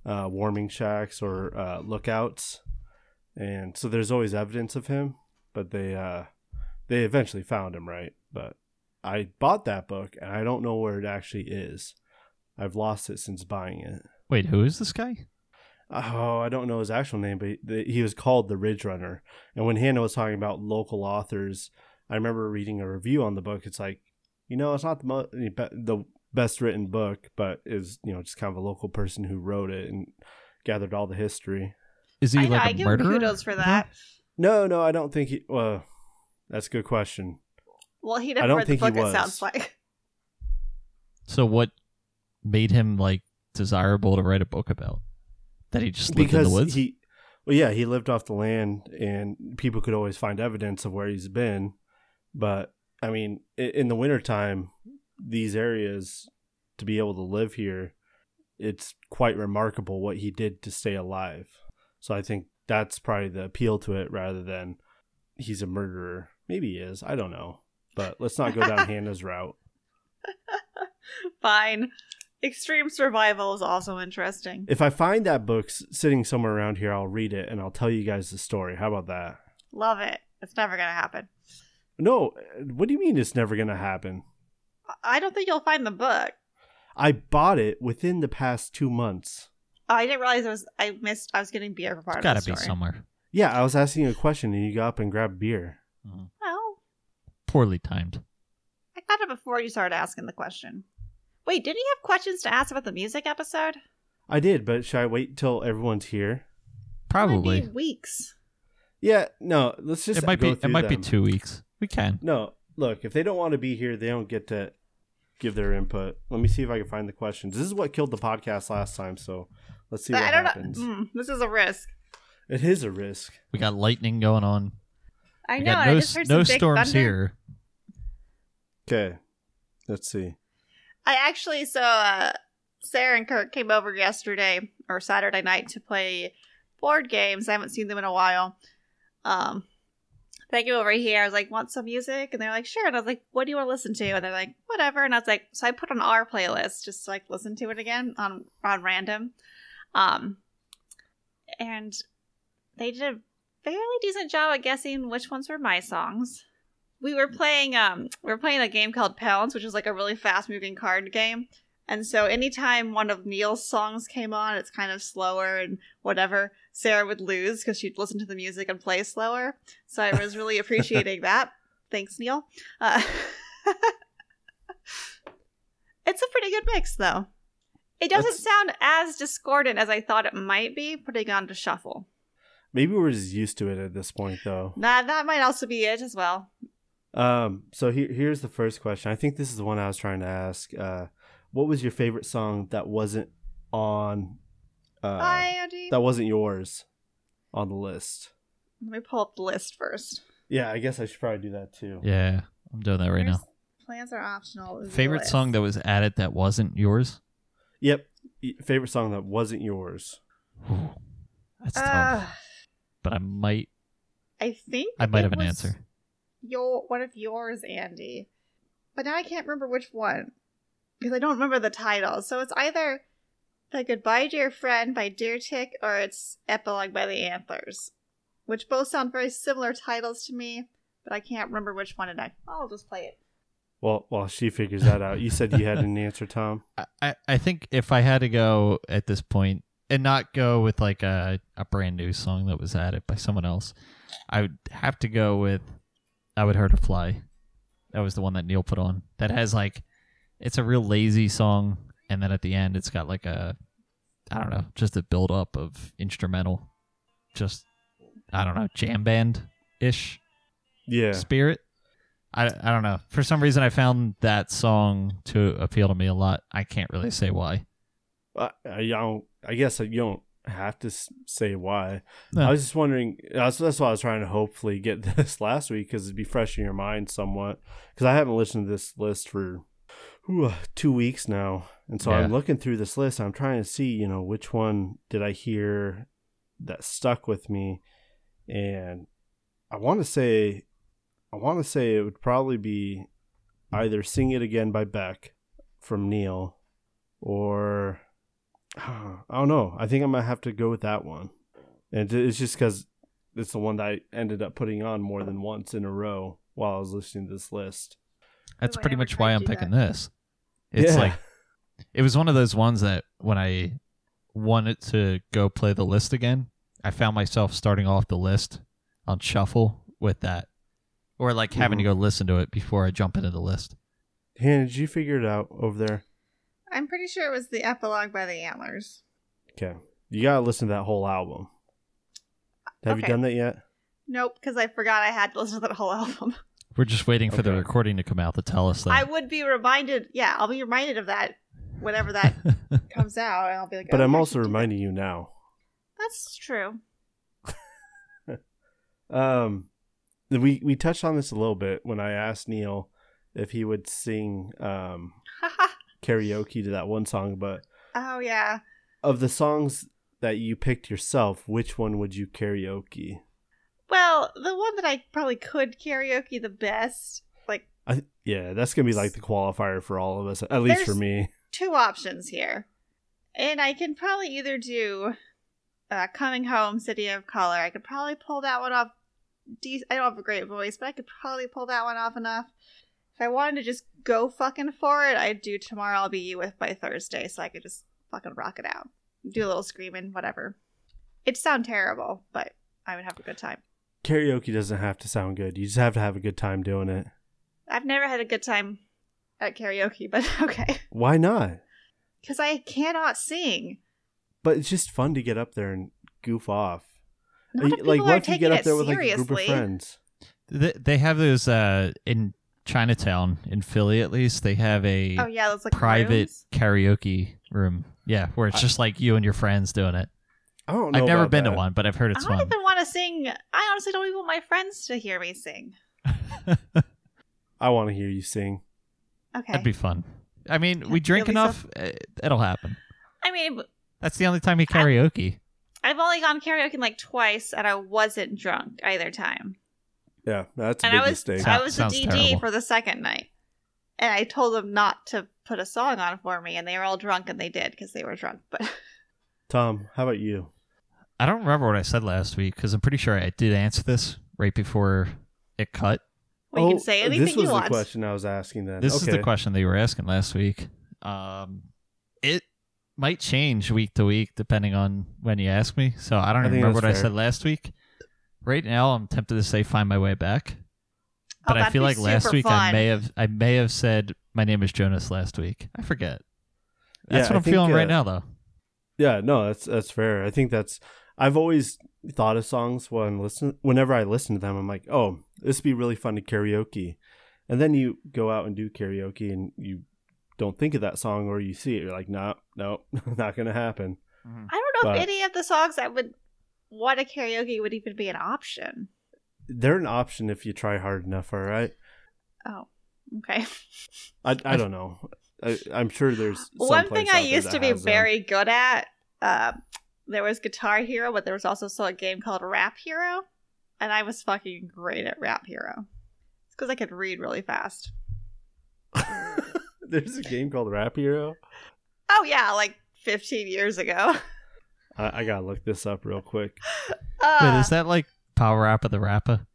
Speaker 1: uh, warming shacks or uh, lookouts, and so there's always evidence of him. But they uh, they eventually found him, right? But I bought that book, and I don't know where it actually is. I've lost it since buying it.
Speaker 3: Wait, who is this guy?
Speaker 1: Oh, I don't know his actual name, but the, he was called the Ridge Runner. And when Hannah was talking about local authors, I remember reading a review on the book. It's like, you know, it's not the mo- eh, the best written book, but is you know just kind of a local person who wrote it and gathered all the history.
Speaker 3: Is he
Speaker 2: I know,
Speaker 3: like
Speaker 2: I
Speaker 3: a
Speaker 2: give him
Speaker 3: murderer?
Speaker 2: kudos for that.
Speaker 1: No, no, I don't think he. Well, that's a good question.
Speaker 2: Well, he
Speaker 1: I
Speaker 2: didn't
Speaker 1: don't
Speaker 2: read the
Speaker 1: think he
Speaker 2: book, it
Speaker 1: was.
Speaker 2: sounds like.
Speaker 3: So what made him like desirable to write a book about? That he just lived in the woods?
Speaker 1: he, well, yeah, he lived off the land, and people could always find evidence of where he's been. But I mean, i- in the wintertime, these areas to be able to live here, it's quite remarkable what he did to stay alive. So I think that's probably the appeal to it, rather than he's a murderer. Maybe he is. I don't know. But let's not go down Hannah's route.
Speaker 2: Fine. Extreme survival is also interesting.
Speaker 1: If I find that book s- sitting somewhere around here, I'll read it and I'll tell you guys the story. How about that?
Speaker 2: Love it. It's never going to happen.
Speaker 1: No, uh, what do you mean it's never going to happen?
Speaker 2: I- I don't think you'll find the book.
Speaker 1: I bought it within the past two months.
Speaker 2: Oh, I didn't realize I was I missed I was getting beer for part
Speaker 3: it's gotta
Speaker 2: of the
Speaker 3: be
Speaker 2: story.
Speaker 3: somewhere.
Speaker 1: Yeah, I was asking you a question and you got up and grabbed beer.
Speaker 2: Well,
Speaker 3: Poorly timed.
Speaker 2: I got it before you started asking the question. Wait, didn't you have questions to ask about the music episode?
Speaker 1: I did, but should I wait till everyone's here?
Speaker 2: It
Speaker 3: Probably.
Speaker 2: might be weeks.
Speaker 1: Yeah, no, let's just.
Speaker 3: It might
Speaker 1: go
Speaker 3: be it
Speaker 1: through
Speaker 3: might be
Speaker 1: them.
Speaker 3: two weeks. We can.
Speaker 1: No, look, if they don't want to be here, they don't get to give their input. Let me see if I can find the questions. This is what killed the podcast last time, so let's see
Speaker 2: But
Speaker 1: what
Speaker 2: I don't
Speaker 1: happens.
Speaker 2: know. Mm, this is a risk.
Speaker 1: It is a risk.
Speaker 3: We got lightning going on.
Speaker 2: I
Speaker 3: we
Speaker 2: know.
Speaker 3: got
Speaker 2: and
Speaker 3: no,
Speaker 2: I
Speaker 3: s-
Speaker 2: just heard
Speaker 3: no
Speaker 2: some big
Speaker 3: storms
Speaker 2: thunder.
Speaker 3: here.
Speaker 1: Okay, let's see.
Speaker 2: I actually so uh, Sarah and Kirk came over yesterday or Saturday night to play board games. I haven't seen them in a while. Um, they came over here. I was like, "Want some music?" And they're like, "Sure." And I was like, "What do you want to listen to?" And they're like, "Whatever." And I was like, "So I put on our playlist just to, like listen to it again on on random." Um, and they did a fairly decent job at guessing which ones were my songs we were playing um we were playing a game called pounds which is like a really fast moving card game and so anytime one of neil's songs came on it's kind of slower and whatever sarah would lose because she'd listen to the music and play slower so i was really appreciating that thanks neil uh, it's a pretty good mix though it doesn't
Speaker 1: That's-
Speaker 2: sound as discordant as i thought it might be putting on to shuffle
Speaker 1: Maybe we're just used to it at this point, though.
Speaker 2: nah, that might also be it as well
Speaker 1: Um, so here, here's the first question. I think this is the one I was trying to ask. Uh, what was your favorite song that wasn't on, uh,
Speaker 2: bye andy
Speaker 1: that wasn't yours on the list?
Speaker 2: let me pull up the list first
Speaker 1: Yeah, I guess I should probably do that too.
Speaker 3: Yeah. I'm doing that right now.
Speaker 2: Plans are optional. is the
Speaker 3: Favorite
Speaker 2: list.
Speaker 3: song that was added that wasn't yours?
Speaker 1: Yep. Y- Favorite song that wasn't yours.
Speaker 3: Ooh, That's
Speaker 2: Uh,
Speaker 3: tough. But I might
Speaker 2: I think
Speaker 3: I might
Speaker 2: it
Speaker 3: have an
Speaker 2: was
Speaker 3: answer.
Speaker 2: Your one of yours, Andy, but now I can't remember which one because I don't remember the title. So it's either the Goodbye Dear Friend by Deer Tick or it's Epilogue by the Antlers, which both sound very similar titles to me, but I can't remember which one. And I I'll just play it.
Speaker 1: Well, while she figures that out, you said you had an answer, Tom.
Speaker 3: I- I, I think if I had to go at this point and not go with like a, a brand new song that was added by someone else, I would have to go with I would hurt a fly That was the one that Neil put on. That has like, it's a real lazy song, and then at the end, it's got like a, I don't know, just a build up of instrumental, just, I don't know, jam band ish
Speaker 1: Yeah.
Speaker 3: spirit. I, I don't know. For some reason, I found that song to appeal to me a lot. I can't really say why.
Speaker 1: I, I don't. I guess you don't have to s- say why.
Speaker 3: No.
Speaker 1: I was just wondering. That's, that's why I was trying to hopefully get this last week because it'd be fresh in your mind somewhat. Because I haven't listened to this list for whew, two weeks now, and so I'm
Speaker 3: Yeah.
Speaker 1: looking through this list. I'm trying to see, you know, which one did I hear that stuck with me, and I want to say, I want to say it would probably be either "Sing It Again" by Beck from Neil or I don't know. I think I might have to go with that one. And it- it's just because it's the one that I ended up putting on more than once in a row while I was listening to this list.
Speaker 3: That's
Speaker 2: Why
Speaker 3: pretty
Speaker 2: ever
Speaker 3: much
Speaker 2: try
Speaker 3: why
Speaker 2: to
Speaker 3: I'm
Speaker 2: do
Speaker 3: picking this. It's
Speaker 1: Yeah.
Speaker 3: like it was one of those ones that when I wanted to go play the list again, I found myself starting off the list on shuffle with that, or like having to go listen to it before I jump into the list.
Speaker 1: Hannah, did you figure it out over there?
Speaker 2: I'm pretty sure it was the epilogue by the Antlers.
Speaker 1: Okay, you gotta listen to that whole album. Have you
Speaker 2: Okay.
Speaker 1: done that yet?
Speaker 2: Nope, because I forgot I had to listen to that whole album.
Speaker 3: We're just waiting for the
Speaker 1: Okay.
Speaker 3: recording to come out to tell us
Speaker 2: I
Speaker 3: that.
Speaker 2: would be reminded. Yeah, I'll be reminded of that whenever that comes out, and I'll be like.
Speaker 1: But
Speaker 2: "Oh,
Speaker 1: I'm
Speaker 2: I
Speaker 1: also
Speaker 2: should do that."
Speaker 1: reminding you now.
Speaker 2: That's true.
Speaker 1: Um, we we touched on this a little bit when I asked Neil if he would sing um karaoke to that one song, but
Speaker 2: oh yeah.
Speaker 1: of the songs that you picked yourself, which one would you karaoke?
Speaker 2: Well, the one that I probably could karaoke the best. Like
Speaker 1: I th- yeah, that's gonna be like the qualifier for all of us, at least for
Speaker 2: There's-
Speaker 1: me.
Speaker 2: two options here, and I can probably either do uh, "Coming Home," "City of Color." I could probably pull that one off. De- I don't have a great voice, but I could probably pull that one off enough. If I wanted to just go fucking for it, I'd do "Tomorrow I'll Be You With" by Thursday, so I could just fucking rock it out, do a little screaming, whatever. It'd sound terrible, but I would have a good time.
Speaker 1: Karaoke doesn't have to sound good. You just have to have a good time doing it.
Speaker 2: I've never had a good time at karaoke, but okay.
Speaker 1: Why not?
Speaker 2: Because I cannot sing.
Speaker 1: But it's just fun to get up there and goof off.
Speaker 2: Not
Speaker 1: Uh,
Speaker 2: if people
Speaker 1: like
Speaker 2: are
Speaker 1: what if you
Speaker 2: taking
Speaker 1: get
Speaker 2: it
Speaker 1: up there with
Speaker 2: seriously.
Speaker 1: like a group of friends?
Speaker 3: They- they have those uh, in Chinatown in Philly at least. They have a
Speaker 2: Oh yeah, those like
Speaker 3: private
Speaker 2: rooms.
Speaker 3: karaoke room. Yeah, where it's
Speaker 1: I-
Speaker 3: just like you and your friends doing it.
Speaker 1: I don't know.
Speaker 3: I've never
Speaker 1: about
Speaker 3: been
Speaker 1: that.
Speaker 3: to one, but I've heard
Speaker 2: I
Speaker 3: it's
Speaker 2: don't
Speaker 3: fun.
Speaker 2: even want to sing. I honestly don't even want my friends to hear me sing.
Speaker 1: I want to hear you sing.
Speaker 2: Okay.
Speaker 3: That'd be fun. I mean,
Speaker 2: Okay,
Speaker 3: we drink
Speaker 2: you'll be so-
Speaker 3: enough; eh, it'll happen.
Speaker 2: I mean,
Speaker 3: That's the only time you karaoke.
Speaker 2: I've only gone karaoke like twice, and I wasn't drunk either time.
Speaker 1: Yeah, that's a
Speaker 2: and
Speaker 1: big
Speaker 2: I was
Speaker 1: mistake.
Speaker 2: I
Speaker 3: Sou-
Speaker 2: was a
Speaker 3: sounds
Speaker 2: DD
Speaker 3: terrible.
Speaker 2: for the second night, and I told them not to put a song on for me, and they were all drunk, and they did because they were drunk. But
Speaker 1: Tom, how about you?
Speaker 3: I don't remember what I said last week because I'm pretty sure I did answer this right before it cut.
Speaker 2: we
Speaker 1: oh,
Speaker 2: can say anything
Speaker 1: this was
Speaker 2: you
Speaker 1: the
Speaker 2: want.
Speaker 1: question I was asking then.
Speaker 3: This is
Speaker 1: Okay.
Speaker 3: the question that you were asking last week. Um, it might change week to week depending on when you ask me. So I don't
Speaker 1: I think that's
Speaker 3: remember what I
Speaker 1: fair.
Speaker 3: said last week. Right now, I'm tempted to say "Find My Way Back,"
Speaker 2: Oh,
Speaker 3: but I
Speaker 2: that'd
Speaker 3: feel
Speaker 2: be
Speaker 3: like last
Speaker 2: super
Speaker 3: week I
Speaker 2: fun.
Speaker 3: may have I may have said "My name is Jonas" last week. I forget.
Speaker 1: Yeah,
Speaker 3: That's what
Speaker 1: I
Speaker 3: I'm
Speaker 1: think,
Speaker 3: feeling
Speaker 1: uh,
Speaker 3: right now, though.
Speaker 1: Yeah, no, that's that's fair. I think that's I've always thought of songs when listen whenever I listen to them, I'm like, oh, this would be really fun to karaoke. And then you go out and do karaoke and you don't think of that song or you see it, you're like, no, no, not gonna happen.
Speaker 2: I don't know if
Speaker 1: But-
Speaker 2: any of the songs I would want to karaoke would even be an option.
Speaker 1: They're an option if you try hard enough, all right.
Speaker 2: Oh, okay.
Speaker 1: I, I don't know. I, I'm sure there's some
Speaker 2: One
Speaker 1: place
Speaker 2: thing I
Speaker 1: out there
Speaker 2: used
Speaker 1: that
Speaker 2: to be
Speaker 1: has uh, them.
Speaker 2: very good at, um, there was Guitar Hero, but there was also still a game called Rap Hero, and I was fucking great at Rap Hero. It's because I could read really fast.
Speaker 1: there's a game called Rap Hero.
Speaker 2: Oh yeah, like 15 years ago.
Speaker 1: I, I gotta look this up real quick.
Speaker 2: Uh,
Speaker 3: Wait, is that like Power Up of the Rapper?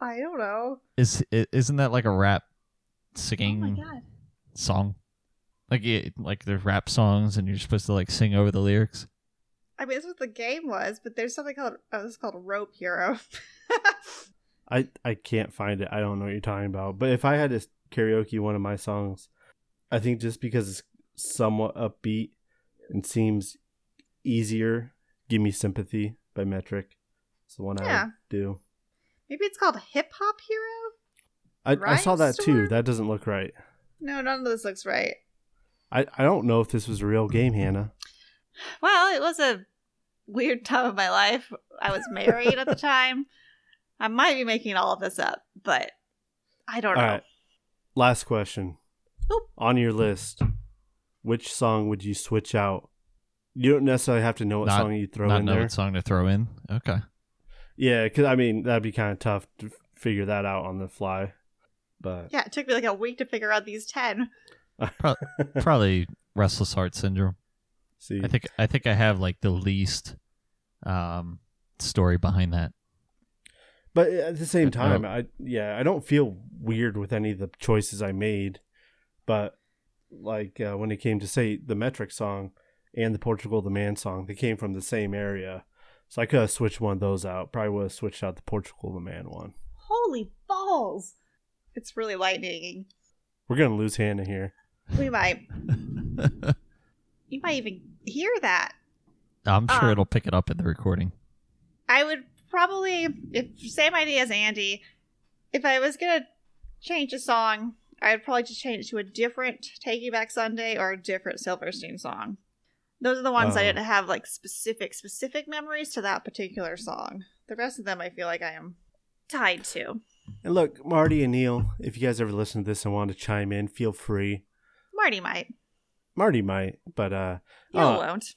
Speaker 2: I don't know.
Speaker 3: Is i- isn't that like a rap
Speaker 2: Oh my
Speaker 3: singing
Speaker 2: god.
Speaker 3: song? Like it, like there's rap songs and you're supposed to like sing over the lyrics.
Speaker 2: I mean, that's what the game was, but there's something called oh, this is called Rope Hero.
Speaker 1: I I can't find it. I don't know what you're talking about. But if I had to karaoke one of my songs, I think just because it's somewhat upbeat and seems easier, "Give Me Sympathy" by Metric. It's the one I
Speaker 2: Yeah.
Speaker 1: would do.
Speaker 2: Maybe it's called Hip Hop Hero?
Speaker 1: I, I saw that
Speaker 2: Rhymes to
Speaker 1: too.
Speaker 2: her?
Speaker 1: That doesn't look right.
Speaker 2: No, none of this looks right.
Speaker 1: I, I don't know if this was a real game,
Speaker 3: Mm-hmm.
Speaker 1: Hannah.
Speaker 2: Well, it was a weird time of my life. I was married at the time. I might be making all of this up, but I don't
Speaker 1: All
Speaker 2: know.
Speaker 1: right. Last question.
Speaker 2: Oop.
Speaker 1: On your list, which song would you switch out? You don't necessarily have to know what
Speaker 3: Not-
Speaker 1: song you throw
Speaker 3: Not
Speaker 1: in
Speaker 3: know
Speaker 1: there.
Speaker 3: what song to throw in. Okay.
Speaker 1: Yeah, because I mean that'd be kind of tough to f- figure that out on the fly. But
Speaker 2: Yeah, it took me like a week to figure out these 10.
Speaker 3: Probably restless heart syndrome.
Speaker 1: see,
Speaker 3: I think I think I have like the least um story behind that.
Speaker 1: but at the same
Speaker 3: I- I
Speaker 1: time,
Speaker 3: don't-
Speaker 1: I yeah, I don't feel weird with any of the choices I made. But like uh, when it came to say the metric song and the Portugal the Man song, they came from the same area, so I could have switched one of those out. Probably would have switched out the Portugal the Man one.
Speaker 2: Holy balls! It's really lightning.
Speaker 1: We're gonna lose Hannah here.
Speaker 2: We might. You might even hear that.
Speaker 3: I'm sure
Speaker 2: Um,
Speaker 3: it'll pick it up in the recording.
Speaker 2: I would probably, if same idea as Andy, if I was gonna change a song, I would probably just change it to a different Take You Back Sunday or a different Silverstein song. Those are the ones I
Speaker 1: Oh.
Speaker 2: didn't have like specific specific memories to that particular song. The rest of them, I feel like I am tied to.
Speaker 1: And look, Marty and Neil, if you guys ever listen to this and want to chime in, feel free.
Speaker 2: Marty might.
Speaker 1: Marty might, but uh,
Speaker 2: You
Speaker 1: Oh.
Speaker 2: won't.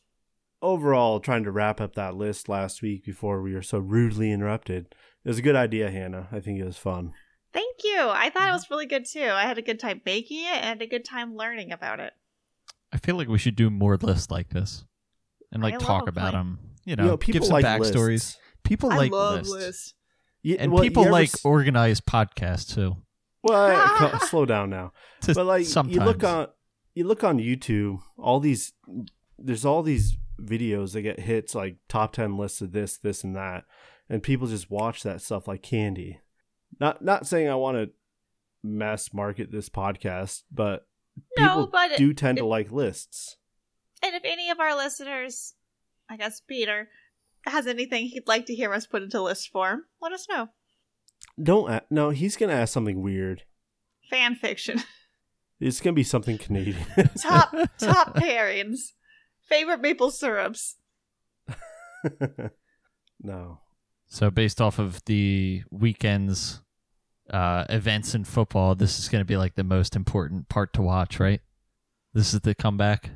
Speaker 1: overall, trying to wrap up that list last week before we were so rudely interrupted, it was a good idea, Hannah. I think it was fun.
Speaker 2: Thank you. I thought it was really good too. I had a good time making it and a good time learning about it.
Speaker 3: I feel like we should do more lists like this and
Speaker 2: I
Speaker 3: like
Speaker 2: love
Speaker 3: talk
Speaker 2: a
Speaker 3: about
Speaker 2: plan.
Speaker 3: them. You know, give some backstories.
Speaker 1: lists.
Speaker 3: People
Speaker 2: I
Speaker 3: like
Speaker 2: love
Speaker 3: lists.
Speaker 2: lists.
Speaker 1: Yeah,
Speaker 3: and
Speaker 1: well,
Speaker 3: people
Speaker 1: you ever
Speaker 3: like
Speaker 1: s-
Speaker 3: organized podcasts too.
Speaker 1: Well, co- slow down now.
Speaker 3: To
Speaker 1: but like
Speaker 3: sometimes.
Speaker 1: you look on you look on YouTube, all these there's all these videos that get hits like top ten lists of this, this, and that, and people just watch that stuff like candy. Not not saying I want to mass market this podcast, but
Speaker 2: No,
Speaker 1: people
Speaker 2: but it-
Speaker 1: do tend to
Speaker 2: it-
Speaker 1: like lists.
Speaker 2: And if any of our listeners, I guess Peter, has anything he'd like to hear us put into list form, let us know.
Speaker 1: Don't a- no, he's gonna ask something weird.
Speaker 2: Fan fiction,
Speaker 1: It's gonna be something Canadian.
Speaker 2: top top pairings, favorite maple syrups.
Speaker 1: no,
Speaker 3: So based off of the weekend's uh, events in football, this is going to be like the most important part to watch, right? This is the comeback.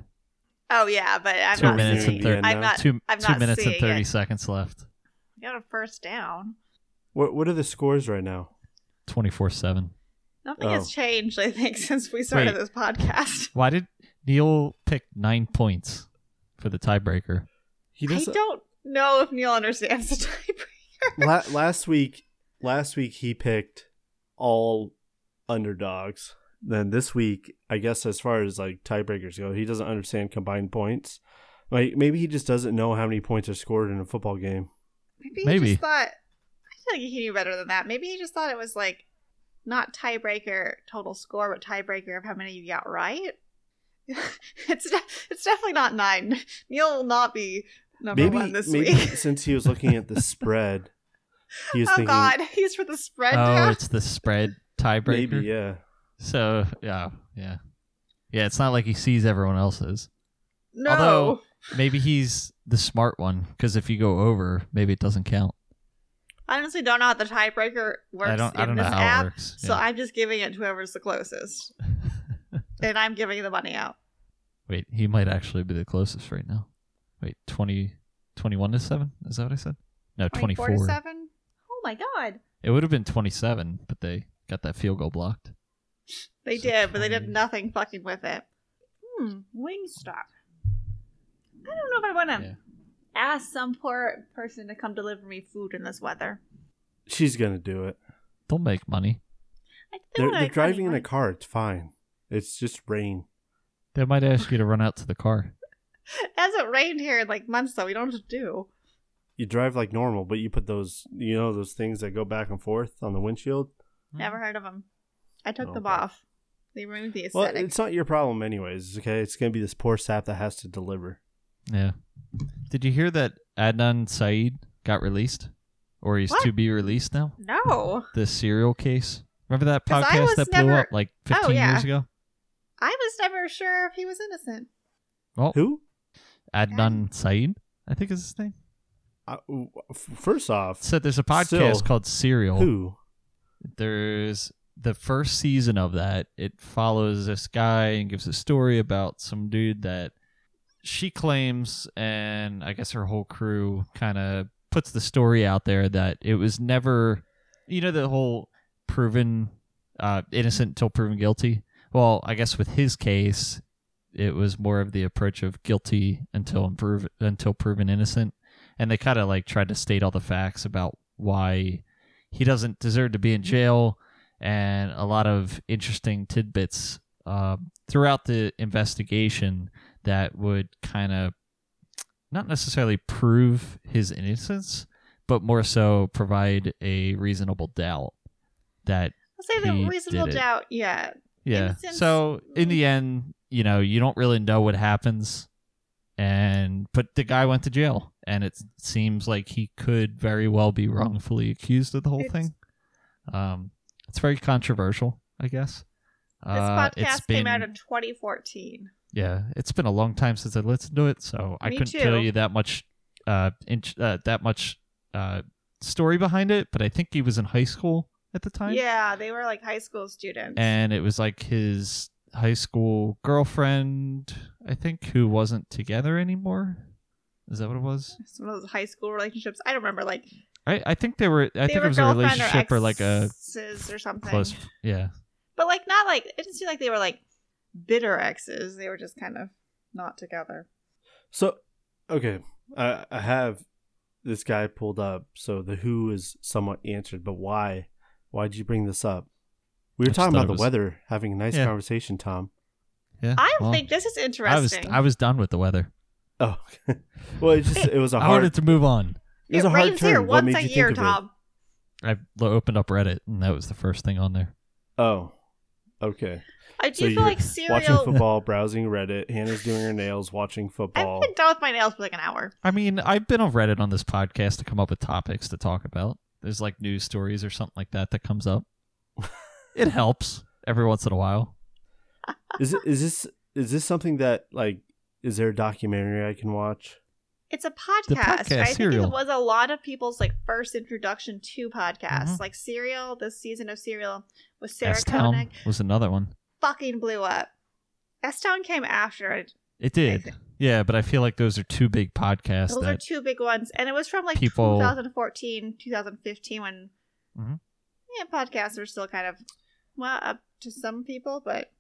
Speaker 2: Oh yeah, but I'm
Speaker 3: Two
Speaker 2: not
Speaker 3: minutes
Speaker 2: seeing.
Speaker 3: and thirty.
Speaker 2: I'm not.
Speaker 3: two
Speaker 2: I'm
Speaker 3: two
Speaker 2: not
Speaker 3: minutes and
Speaker 2: seeing
Speaker 3: thirty
Speaker 2: it.
Speaker 3: seconds left.
Speaker 2: I got a first down.
Speaker 1: what what are the scores right now?
Speaker 3: Twenty four seven.
Speaker 2: Nothing
Speaker 1: Oh.
Speaker 2: has changed, I think, since we started
Speaker 3: Wait.
Speaker 2: this podcast.
Speaker 3: Why did Neil pick nine points for the tiebreaker?
Speaker 1: He
Speaker 2: I
Speaker 1: doesn't-
Speaker 2: don't know if Neil understands the type.
Speaker 1: La- last week, last week he picked all underdogs. Then this week, I guess as far as like tiebreakers go, he doesn't understand combined points. Like maybe he just doesn't know how many points are scored in a football game.
Speaker 2: Maybe,
Speaker 3: Maybe.
Speaker 2: he just thought. I feel like he knew better than that. Maybe he just thought it was like not tiebreaker total score, but tiebreaker of how many you got right. it's de- it's definitely not nine. Neil will not be number
Speaker 1: maybe
Speaker 2: one this
Speaker 1: maybe
Speaker 2: week.
Speaker 1: since he was looking at the spread, he was
Speaker 2: oh
Speaker 1: thinking
Speaker 2: God, he's for the spread
Speaker 3: Oh,
Speaker 2: now.
Speaker 3: it's the spread tiebreaker.
Speaker 1: maybe yeah.
Speaker 3: So yeah, yeah, yeah. It's not like he sees everyone else's.
Speaker 2: No,
Speaker 3: although- Maybe he's the smart one because if you go over, maybe it doesn't count.
Speaker 2: I honestly don't know how the tiebreaker works
Speaker 3: I don't.
Speaker 2: in
Speaker 3: I don't know
Speaker 2: this
Speaker 3: how
Speaker 2: app.
Speaker 3: it works.
Speaker 2: So
Speaker 3: Yeah.
Speaker 2: I'm just giving it to whoever's the closest, and I'm giving the money out.
Speaker 3: Wait, he might actually be the closest right now. Wait, 20, 21 to seven. Is that what I said? No, twenty
Speaker 2: to
Speaker 3: four.
Speaker 2: seven. Oh my God.
Speaker 3: It would have been twenty seven, but they got that field goal blocked.
Speaker 2: They
Speaker 3: So
Speaker 2: did, but they did
Speaker 3: tiny.
Speaker 2: nothing fucking with it. Hmm, Wingstop. I don't know if I want to
Speaker 3: Yeah.
Speaker 2: ask some poor person to come deliver me food in this weather.
Speaker 1: She's gonna do it.
Speaker 3: They'll make money.
Speaker 2: I think
Speaker 1: They're,
Speaker 2: wanna
Speaker 1: they're
Speaker 2: make money,
Speaker 1: driving in a
Speaker 2: right?
Speaker 1: car. It's fine. It's just rain.
Speaker 3: They might ask you to run out to the car.
Speaker 2: It hasn't rained here in like months, though. We don't have to do.
Speaker 1: you drive like normal, but you put those you know those things that go back and forth on the windshield.
Speaker 3: Hmm.
Speaker 2: Never heard of them. I
Speaker 3: Oh,
Speaker 2: took them
Speaker 1: Okay.
Speaker 2: off. They ruined the
Speaker 1: Well,
Speaker 2: aesthetic.
Speaker 1: it's not your problem anyways. Okay, it's gonna be this poor sap that has to deliver.
Speaker 3: Yeah. Did you hear that Adnan Saeed got released, or he's
Speaker 2: What?
Speaker 3: to be released now?
Speaker 2: no,
Speaker 3: The serial case. Remember that
Speaker 2: 'Cause I
Speaker 3: podcast
Speaker 2: was
Speaker 3: that blew
Speaker 2: never- Oh,
Speaker 3: up like 15
Speaker 2: yeah.
Speaker 3: years ago?
Speaker 2: I was never sure if he was innocent.
Speaker 3: Well,
Speaker 1: Who?
Speaker 3: Adnan Saeed, I think is his name.
Speaker 1: I, w- f- first off,
Speaker 3: Said there's a podcast
Speaker 1: Still,
Speaker 3: called Serial.
Speaker 1: who?
Speaker 3: there's the first season of that. It follows this guy and gives a story about some dude that she claims, and I guess her whole crew kind of puts the story out there that it was never, you know, the whole proven uh, innocent until proven guilty. Well, I guess with his case, it was more of the approach of guilty until improve, until proven innocent, and they kind of like tried to state all the facts about why he doesn't deserve to be in jail, and a lot of interesting tidbits uh, throughout the investigation that would kind of not necessarily prove his innocence, but more so provide a reasonable doubt that
Speaker 2: I'll say the
Speaker 3: He
Speaker 2: reasonable
Speaker 3: did it.
Speaker 2: doubt. Yeah,
Speaker 3: yeah.
Speaker 2: And since-
Speaker 3: So in the end, you know, you don't really know what happens, and but the guy went to jail, and it seems like he could very well be wrongfully accused of the whole
Speaker 2: It's-
Speaker 3: thing. Um, it's very controversial, I guess.
Speaker 2: this
Speaker 3: Uh, it's
Speaker 2: podcast
Speaker 3: been,
Speaker 2: came out in 2014.
Speaker 3: yeah, it's been a long time since I listened to it, so I
Speaker 2: Me
Speaker 3: couldn't
Speaker 2: too.
Speaker 3: tell you that much, uh, in, uh, that much, uh, story behind it. But I think he was in high school at the time
Speaker 2: Yeah, they were like high school students.
Speaker 3: and it was like his high school girlfriend, I think, who wasn't together anymore. Is that what it was?
Speaker 2: some of those high school relationships. I don't remember. Like
Speaker 3: I, I think they were.
Speaker 2: they
Speaker 3: I think
Speaker 2: were
Speaker 3: it was a
Speaker 2: girlfriend
Speaker 3: relationship or,
Speaker 2: or,
Speaker 3: like a
Speaker 2: exes or something.
Speaker 3: close. Yeah,
Speaker 2: But like not like it didn't seem like they were like bitter exes. They were just kind of not together.
Speaker 1: So, okay, I, I have this guy pulled up. So the who is somewhat answered, but why? Why did you bring this up? We were
Speaker 3: I just
Speaker 1: talking
Speaker 3: thought
Speaker 1: about
Speaker 3: it
Speaker 1: the
Speaker 3: was-
Speaker 1: weather, having a nice
Speaker 3: Yeah.
Speaker 1: conversation, Tom.
Speaker 3: yeah.
Speaker 2: I
Speaker 3: well,
Speaker 2: think this is
Speaker 3: I was
Speaker 2: interesting.
Speaker 3: I was done with the weather.
Speaker 1: Oh, well, it just it was a
Speaker 3: I
Speaker 1: hard
Speaker 3: wanted to move on.
Speaker 1: it was
Speaker 2: it
Speaker 1: a hard
Speaker 2: rains
Speaker 1: turn.
Speaker 2: here
Speaker 1: What
Speaker 2: once
Speaker 1: made
Speaker 2: a
Speaker 1: you think
Speaker 2: year,
Speaker 1: of it?
Speaker 2: Tom.
Speaker 3: I lo- opened up Reddit and that was the first thing on there.
Speaker 1: Oh, okay.
Speaker 2: I
Speaker 1: So
Speaker 2: do
Speaker 1: you're
Speaker 2: feel like
Speaker 1: Watching
Speaker 2: cereal.
Speaker 1: football, browsing Reddit. Hannah's doing her nails, watching
Speaker 2: I've
Speaker 1: football.
Speaker 2: been done with my nails for like an hour.
Speaker 3: I mean, I've been on Reddit on this podcast to come up with topics to talk about. There's like news stories or something like that that comes up. it helps every once in a while.
Speaker 1: Is it, is this is this something that like is there a documentary I can watch?
Speaker 2: It's a podcast.
Speaker 3: podcast,
Speaker 2: I think
Speaker 3: Serial.
Speaker 2: it was a lot of people's like first introduction to podcasts.
Speaker 3: Mhm.
Speaker 2: Like Serial, this season of Serial with Sarah
Speaker 3: S Town
Speaker 2: Koenig
Speaker 3: was another one.
Speaker 2: fucking blew up. S Town came after it.
Speaker 3: It did.
Speaker 2: think.
Speaker 3: Yeah, but I feel like those are two big podcasts
Speaker 2: Those are
Speaker 3: that
Speaker 2: two big ones, and it was from like
Speaker 3: people-
Speaker 2: 2014, 2015 when
Speaker 3: Mhm.
Speaker 2: yeah, podcasts were still kind of well up to some people, but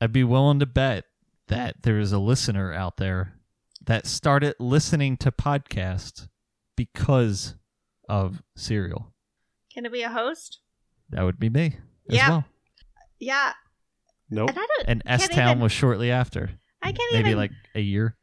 Speaker 3: I'd be willing to bet that there is a listener out there that started listening to podcasts because of Serial.
Speaker 2: can it be a host?
Speaker 3: That would be me as
Speaker 2: Yeah.
Speaker 3: well.
Speaker 2: Yeah,
Speaker 1: Nope.
Speaker 2: and I don't.
Speaker 3: And
Speaker 2: can't
Speaker 3: S Town
Speaker 2: even-
Speaker 3: was shortly after.
Speaker 2: I can't
Speaker 3: Maybe
Speaker 2: even
Speaker 3: like a year.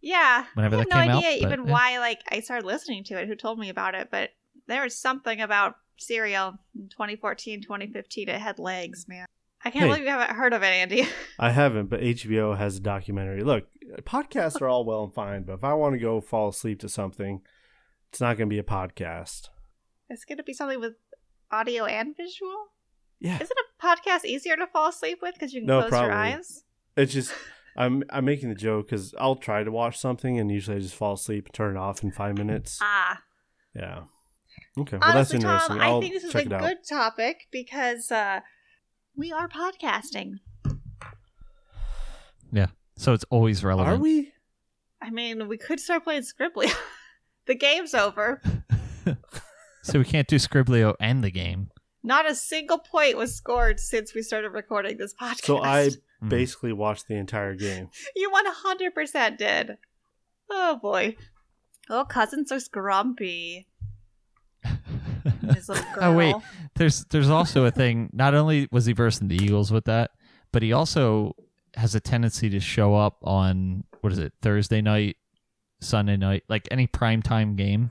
Speaker 2: Yeah.
Speaker 3: whenever
Speaker 2: I have
Speaker 3: that came
Speaker 2: no
Speaker 3: out,
Speaker 2: idea
Speaker 3: but,
Speaker 2: even
Speaker 3: yeah.
Speaker 2: why like I started listening to it, who told me about it, but there was something about Serial in 2014, 2015. It had legs, man. I can't
Speaker 1: Hey.
Speaker 2: believe you haven't heard of it, Andy.
Speaker 1: I haven't, but HBO has a documentary. Look, podcasts are all well and fine, but if I want to go fall asleep to something, it's not going to be a podcast.
Speaker 2: it's going to be something with audio and visual.
Speaker 1: Yeah,
Speaker 2: Isn't a podcast easier to fall asleep with because you can
Speaker 1: No,
Speaker 2: close
Speaker 1: probably.
Speaker 2: your eyes?
Speaker 1: it's just I'm I'm making the joke because I'll try to watch something and usually I just fall asleep and turn it off in five minutes.
Speaker 2: Ah.
Speaker 1: Yeah. Okay, well
Speaker 2: Honestly,
Speaker 1: that's interesting.
Speaker 2: Tom,
Speaker 1: I'll
Speaker 2: I think this is
Speaker 1: check
Speaker 2: a
Speaker 1: it out.
Speaker 2: good topic because uh, we are podcasting.
Speaker 3: So it's always
Speaker 1: Are
Speaker 3: relevant.
Speaker 1: we?
Speaker 2: I mean, we could start playing Scribbly. the game's over.
Speaker 3: so we can't do Scriblio and the game.
Speaker 2: Not a single point was scored since we started recording this podcast.
Speaker 1: So I
Speaker 3: Hmm.
Speaker 1: basically watched the entire game.
Speaker 2: you one hundred percent did. Oh boy, little cousin so grumpy. His little girl.
Speaker 3: Oh, wait. there's there's also a thing. Not only was he versing the Eagles with that, but he also has a tendency to show up on what is it Thursday night Sunday night, like any primetime game,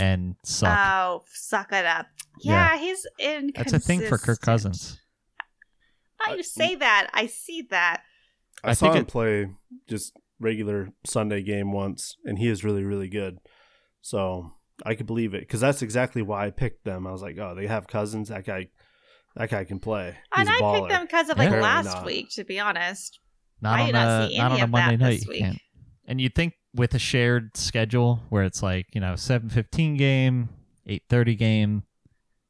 Speaker 3: and suck.
Speaker 2: Oh, suck it up. Yeah, he's inconsistent.
Speaker 3: That's a thing for Kirk Cousins.
Speaker 2: Now you say that, I see that.
Speaker 1: I,
Speaker 3: I
Speaker 1: saw
Speaker 3: think
Speaker 1: him
Speaker 3: it-
Speaker 1: play just regular Sunday game once, and he is really, really good. So I could believe it because that's exactly why I picked them. I was like, oh, they have cousins. That guy, that guy can play. He's
Speaker 2: and
Speaker 1: a
Speaker 2: I
Speaker 1: baller.
Speaker 2: picked them because of like
Speaker 1: Yeah.
Speaker 2: last
Speaker 1: Apparently not.
Speaker 2: week, to be honest.
Speaker 3: Not
Speaker 2: I
Speaker 3: on
Speaker 2: did
Speaker 3: a
Speaker 2: not
Speaker 3: not,
Speaker 2: see any
Speaker 3: on a
Speaker 2: of
Speaker 3: Monday
Speaker 2: that
Speaker 3: night.
Speaker 2: this
Speaker 3: You
Speaker 2: week.
Speaker 3: can't. And you'd think with a shared schedule where it's like you know seven fifteen game, eight thirty game,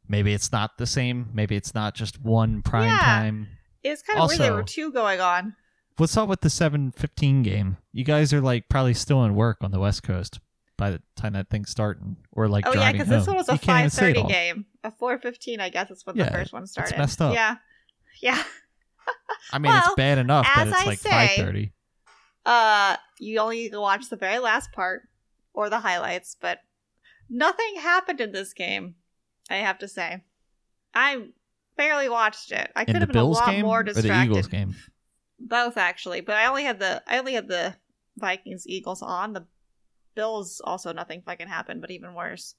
Speaker 3: maybe it's not the same. Maybe it's not just one prime
Speaker 2: Yeah.
Speaker 3: time.
Speaker 2: It was kind of weird. There
Speaker 3: Also-
Speaker 2: were two going on.
Speaker 3: What's up with the seven fifteen game? You guys are like probably still in work on the West Coast by the time that thing's starting, or like
Speaker 2: Oh yeah,
Speaker 3: driving
Speaker 2: because
Speaker 3: home.
Speaker 2: this one was a
Speaker 3: You can't even
Speaker 2: five
Speaker 3: say it
Speaker 2: thirty
Speaker 3: all.
Speaker 2: game. A four fifteen, I guess, is when
Speaker 3: Yeah,
Speaker 2: the first one started.
Speaker 3: messed up.
Speaker 2: Yeah, yeah.
Speaker 3: I mean,
Speaker 2: Well,
Speaker 3: it's bad enough that
Speaker 2: as
Speaker 3: it's
Speaker 2: I
Speaker 3: like
Speaker 2: say-
Speaker 3: five thirty.
Speaker 2: Uh, you only need to watch the very last part or the highlights, but nothing happened in this game. I have to say, I barely watched it. I could
Speaker 3: In the
Speaker 2: have been a
Speaker 3: Bills
Speaker 2: lot
Speaker 3: game
Speaker 2: more
Speaker 3: or the
Speaker 2: distracted.
Speaker 3: Eagles game?
Speaker 2: both actually but i only had the i only had the vikings eagles on the bills also nothing fucking happened but even worse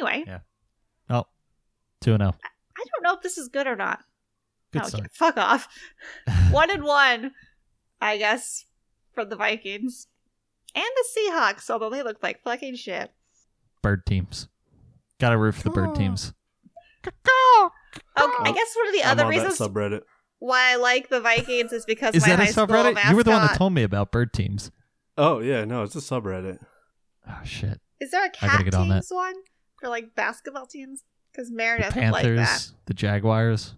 Speaker 2: anyway
Speaker 3: Yeah. Two and zero.
Speaker 2: i don't know if this is good or not
Speaker 3: Good
Speaker 2: oh,
Speaker 3: start.
Speaker 2: yeah, fuck off one and one i guess from the vikings and the seahawks although they look like fucking shit
Speaker 3: bird teams. Got to root for the bird
Speaker 1: Oh.
Speaker 3: teams.
Speaker 2: okay, Oh, i guess one of the
Speaker 1: I'm
Speaker 2: other
Speaker 1: on that
Speaker 2: reasons
Speaker 1: subreddit.
Speaker 2: why i like the vikings is because
Speaker 3: Is
Speaker 2: my
Speaker 3: that a
Speaker 2: high school
Speaker 3: subreddit?
Speaker 2: mascot
Speaker 3: You were the one that told me about bird teams.
Speaker 1: Oh yeah, no, it's a subreddit.
Speaker 3: Oh shit!
Speaker 2: is there a
Speaker 3: gotta
Speaker 2: cat
Speaker 3: get on that.
Speaker 2: teams one for like basketball teams because mary
Speaker 3: The
Speaker 2: doesn't like
Speaker 3: Panthers,
Speaker 2: that
Speaker 3: the Jaguars.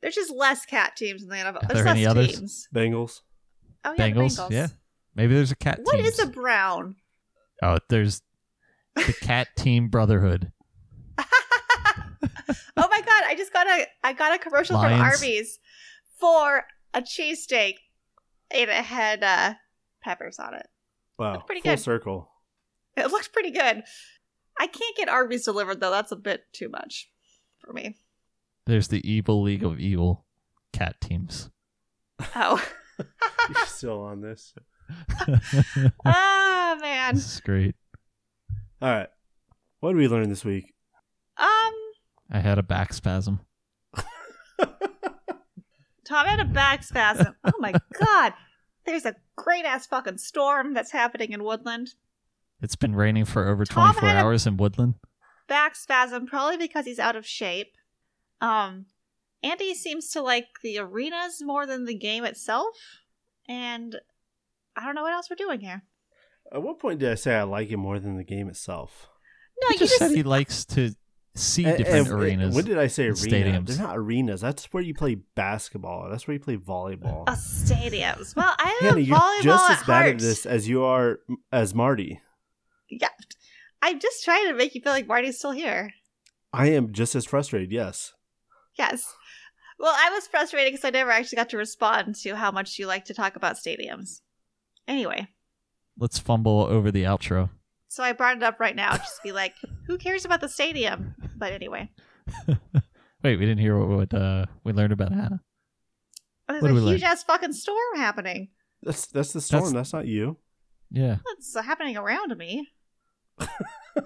Speaker 2: There's just less cat teams in the NFL.
Speaker 3: Are
Speaker 2: There's
Speaker 3: there
Speaker 2: less
Speaker 3: any others?
Speaker 2: teams.
Speaker 1: Bengals.
Speaker 2: Oh yeah, the
Speaker 3: Bengals,
Speaker 2: Bengals.
Speaker 3: yeah. Maybe there's a cat.
Speaker 2: What
Speaker 3: teams.
Speaker 2: is a brown?
Speaker 3: Oh, there's the cat team brotherhood.
Speaker 2: oh my god! I just got a I got a commercial from
Speaker 3: Lions.
Speaker 2: Arby's for a cheesesteak, and it had uh, peppers on it.
Speaker 1: Wow,
Speaker 2: That's pretty
Speaker 1: full
Speaker 2: good.
Speaker 1: circle.
Speaker 2: It looked pretty good. I can't get Arby's delivered though. That's a bit too much for me.
Speaker 3: There's the evil league of evil cat teams.
Speaker 2: Oh,
Speaker 1: You're still on this.
Speaker 3: this
Speaker 2: oh man.
Speaker 3: is great.
Speaker 1: All right, what did we learn this week?
Speaker 2: Um,
Speaker 3: I had a back spasm.
Speaker 2: Tom had a back spasm. Oh my god! There's a great ass fucking storm that's happening in Woodland.
Speaker 3: It's been raining for over
Speaker 2: Tom
Speaker 3: 24
Speaker 2: had a-
Speaker 3: hours in Woodland.
Speaker 2: back spasm, probably because he's out of shape. Um, Andy seems to like the arenas more than the game itself, and I don't know what else we're doing here.
Speaker 1: At what point did I say I like it more than the game itself?
Speaker 2: No,
Speaker 3: He
Speaker 2: you
Speaker 3: just
Speaker 2: just,
Speaker 3: said he likes to see
Speaker 1: And-
Speaker 3: different
Speaker 1: and-
Speaker 3: arenas.
Speaker 1: When did I say arena?
Speaker 3: and stadiums.
Speaker 1: They're not arenas. That's where you play basketball. That's where you play volleyball.
Speaker 2: a stadiums. Well, I have
Speaker 1: Hannah,
Speaker 2: a
Speaker 1: you're
Speaker 2: volleyball
Speaker 1: just
Speaker 2: at
Speaker 1: as bad
Speaker 2: heart.
Speaker 1: at this as you are m- as Marty.
Speaker 2: Yeah, I'm just trying to make you feel like Marty's still here.
Speaker 1: I am just as frustrated. Yes.
Speaker 2: Yes. Well, I was frustrated because I never actually got to respond to how much you like to talk about stadiums. Anyway,
Speaker 3: Let's fumble over the outro.
Speaker 2: so I brought it up right now just to be like, who cares about the stadium? But anyway.
Speaker 3: Wait, we didn't hear what, what uh, we learned about Hannah.
Speaker 2: There's
Speaker 3: What
Speaker 2: a
Speaker 3: do we
Speaker 2: huge ass fucking storm happening.
Speaker 1: That's that's the storm. That's,
Speaker 3: That's-
Speaker 1: not you.
Speaker 3: Yeah.
Speaker 2: It's happening around me. it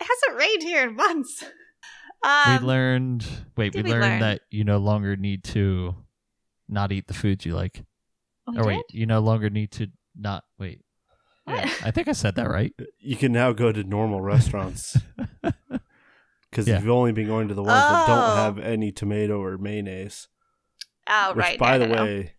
Speaker 2: hasn't rained here in months. Um,
Speaker 3: we learned. Wait, we
Speaker 2: did
Speaker 3: learned
Speaker 2: we learn?
Speaker 3: that you no longer need to not eat the food you like.
Speaker 2: we
Speaker 3: or wait,
Speaker 2: oh, did?
Speaker 3: you no longer need to not wait. Yeah,
Speaker 2: What?
Speaker 3: I think I said that right.
Speaker 1: You can now go to normal restaurants because
Speaker 3: Yeah.
Speaker 1: you've only been going to the ones that
Speaker 2: Oh.
Speaker 1: don't have any tomato or mayonnaise.
Speaker 2: Oh,
Speaker 1: which,
Speaker 2: right.
Speaker 1: by the
Speaker 2: no, no, no.
Speaker 1: way,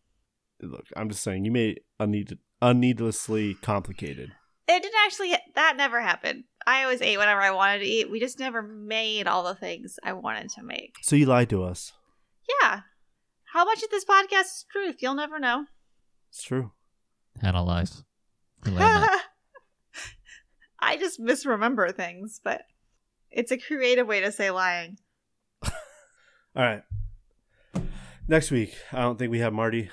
Speaker 1: look, I'm just saying you made unneeded, unneedlessly complicated.
Speaker 2: it didn't actually. That never happened. I always ate whenever I wanted to eat. We just never made all the things I wanted to make.
Speaker 1: So you lied to us.
Speaker 2: Yeah. How much of this podcast is truth? You'll never know.
Speaker 1: It's true.
Speaker 3: Analyze. We learned that.
Speaker 2: I just misremember things, but it's a creative way to say lying.
Speaker 1: All right. Next week, I don't think we have Marty,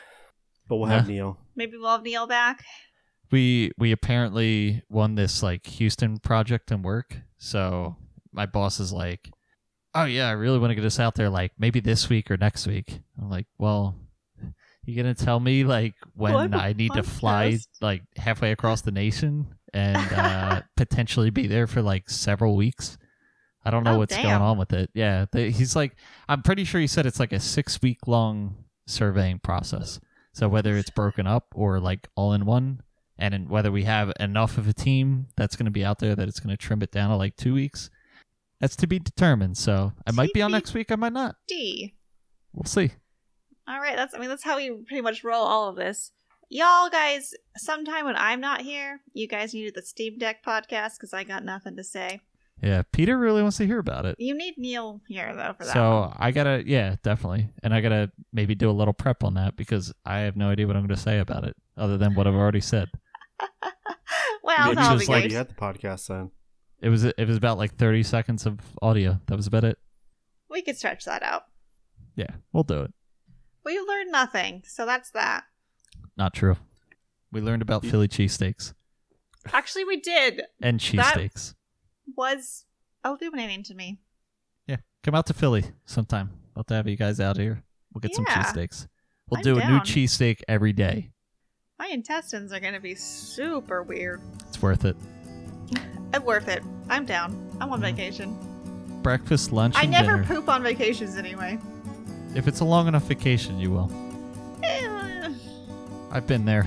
Speaker 1: but we'll have
Speaker 3: Nah.
Speaker 1: Neil.
Speaker 2: Maybe we'll have Neil back.
Speaker 3: We we apparently won this like Houston project and work. So my boss is like, "Oh yeah, I really want to get us out there. Like maybe this week or next week." I'm like, "Well, You gonna tell me like when
Speaker 2: Well, I'm a
Speaker 3: I need to fly
Speaker 2: podcast.
Speaker 3: like halfway across the nation and uh, potentially be there for like several weeks? I don't know
Speaker 2: Oh,
Speaker 3: what's
Speaker 2: damn.
Speaker 3: going on with it. Yeah, they, he's like, I'm pretty sure he said it's like a six week long surveying process. So whether it's broken up or like all in one, and in, whether we have enough of a team that's going to be out there that it's going to trim it down to like two weeks, that's to be determined. So I might be on
Speaker 2: TBD.
Speaker 3: next week. I might not.
Speaker 2: D.
Speaker 3: We'll see.
Speaker 2: All right, that's I mean that's how we pretty much roll all of this. Y'all guys, sometime when I'm not here, you guys needed the Steam Deck podcast because I got nothing to say.
Speaker 3: Yeah, Peter really wants to hear about it.
Speaker 2: You need Neil here though for that.
Speaker 3: So
Speaker 2: one.
Speaker 3: I gotta, yeah, definitely, and I gotta maybe do a little prep on that because I have no idea what I'm gonna say about it other than what I've already said.
Speaker 2: well,
Speaker 3: Maybe
Speaker 2: that'll be
Speaker 3: just
Speaker 1: like
Speaker 2: great.
Speaker 1: you had the podcast then.
Speaker 3: It was it was about like 30 seconds of audio. That was about it.
Speaker 2: We could stretch that out.
Speaker 3: Yeah, we'll do it.
Speaker 2: We learned nothing, so that's that.
Speaker 3: Not true. We learned about Philly cheesesteaks
Speaker 2: Actually, we did.
Speaker 3: and cheesesteaks.
Speaker 2: Was illuminating to me.
Speaker 3: Come out to Philly sometime. Love to have you guys out here. We'll get some
Speaker 2: Yeah.
Speaker 3: cheesesteaks. We'll
Speaker 2: I'm
Speaker 3: do a new
Speaker 2: down.
Speaker 3: cheesesteak every day.
Speaker 2: My intestines are gonna be super weird.
Speaker 3: It's worth it.
Speaker 2: And worth it. I'm down. I'm on vacation.
Speaker 3: Breakfast, lunch,
Speaker 2: I
Speaker 3: and
Speaker 2: never
Speaker 3: dinner.
Speaker 2: poop on vacations anyway.
Speaker 3: if it's a long enough vacation, you will.
Speaker 2: Eh,
Speaker 3: I've been there.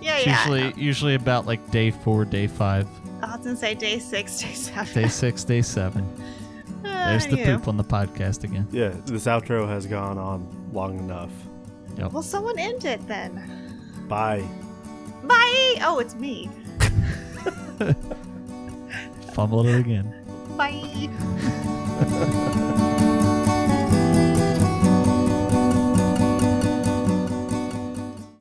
Speaker 2: Yeah,
Speaker 3: It's
Speaker 2: yeah. I know.
Speaker 3: usually usually about like day four, day five,
Speaker 2: I was gonna say day six, day seven.
Speaker 3: day six, day seven.
Speaker 2: Uh,
Speaker 3: There's the
Speaker 2: anywho.
Speaker 3: poop on the podcast again.
Speaker 1: Yeah, this outro has gone on long enough.
Speaker 2: Well, someone end it then.
Speaker 1: Bye.
Speaker 2: Bye. Oh, it's me.
Speaker 3: Fumbled it again.
Speaker 2: Bye.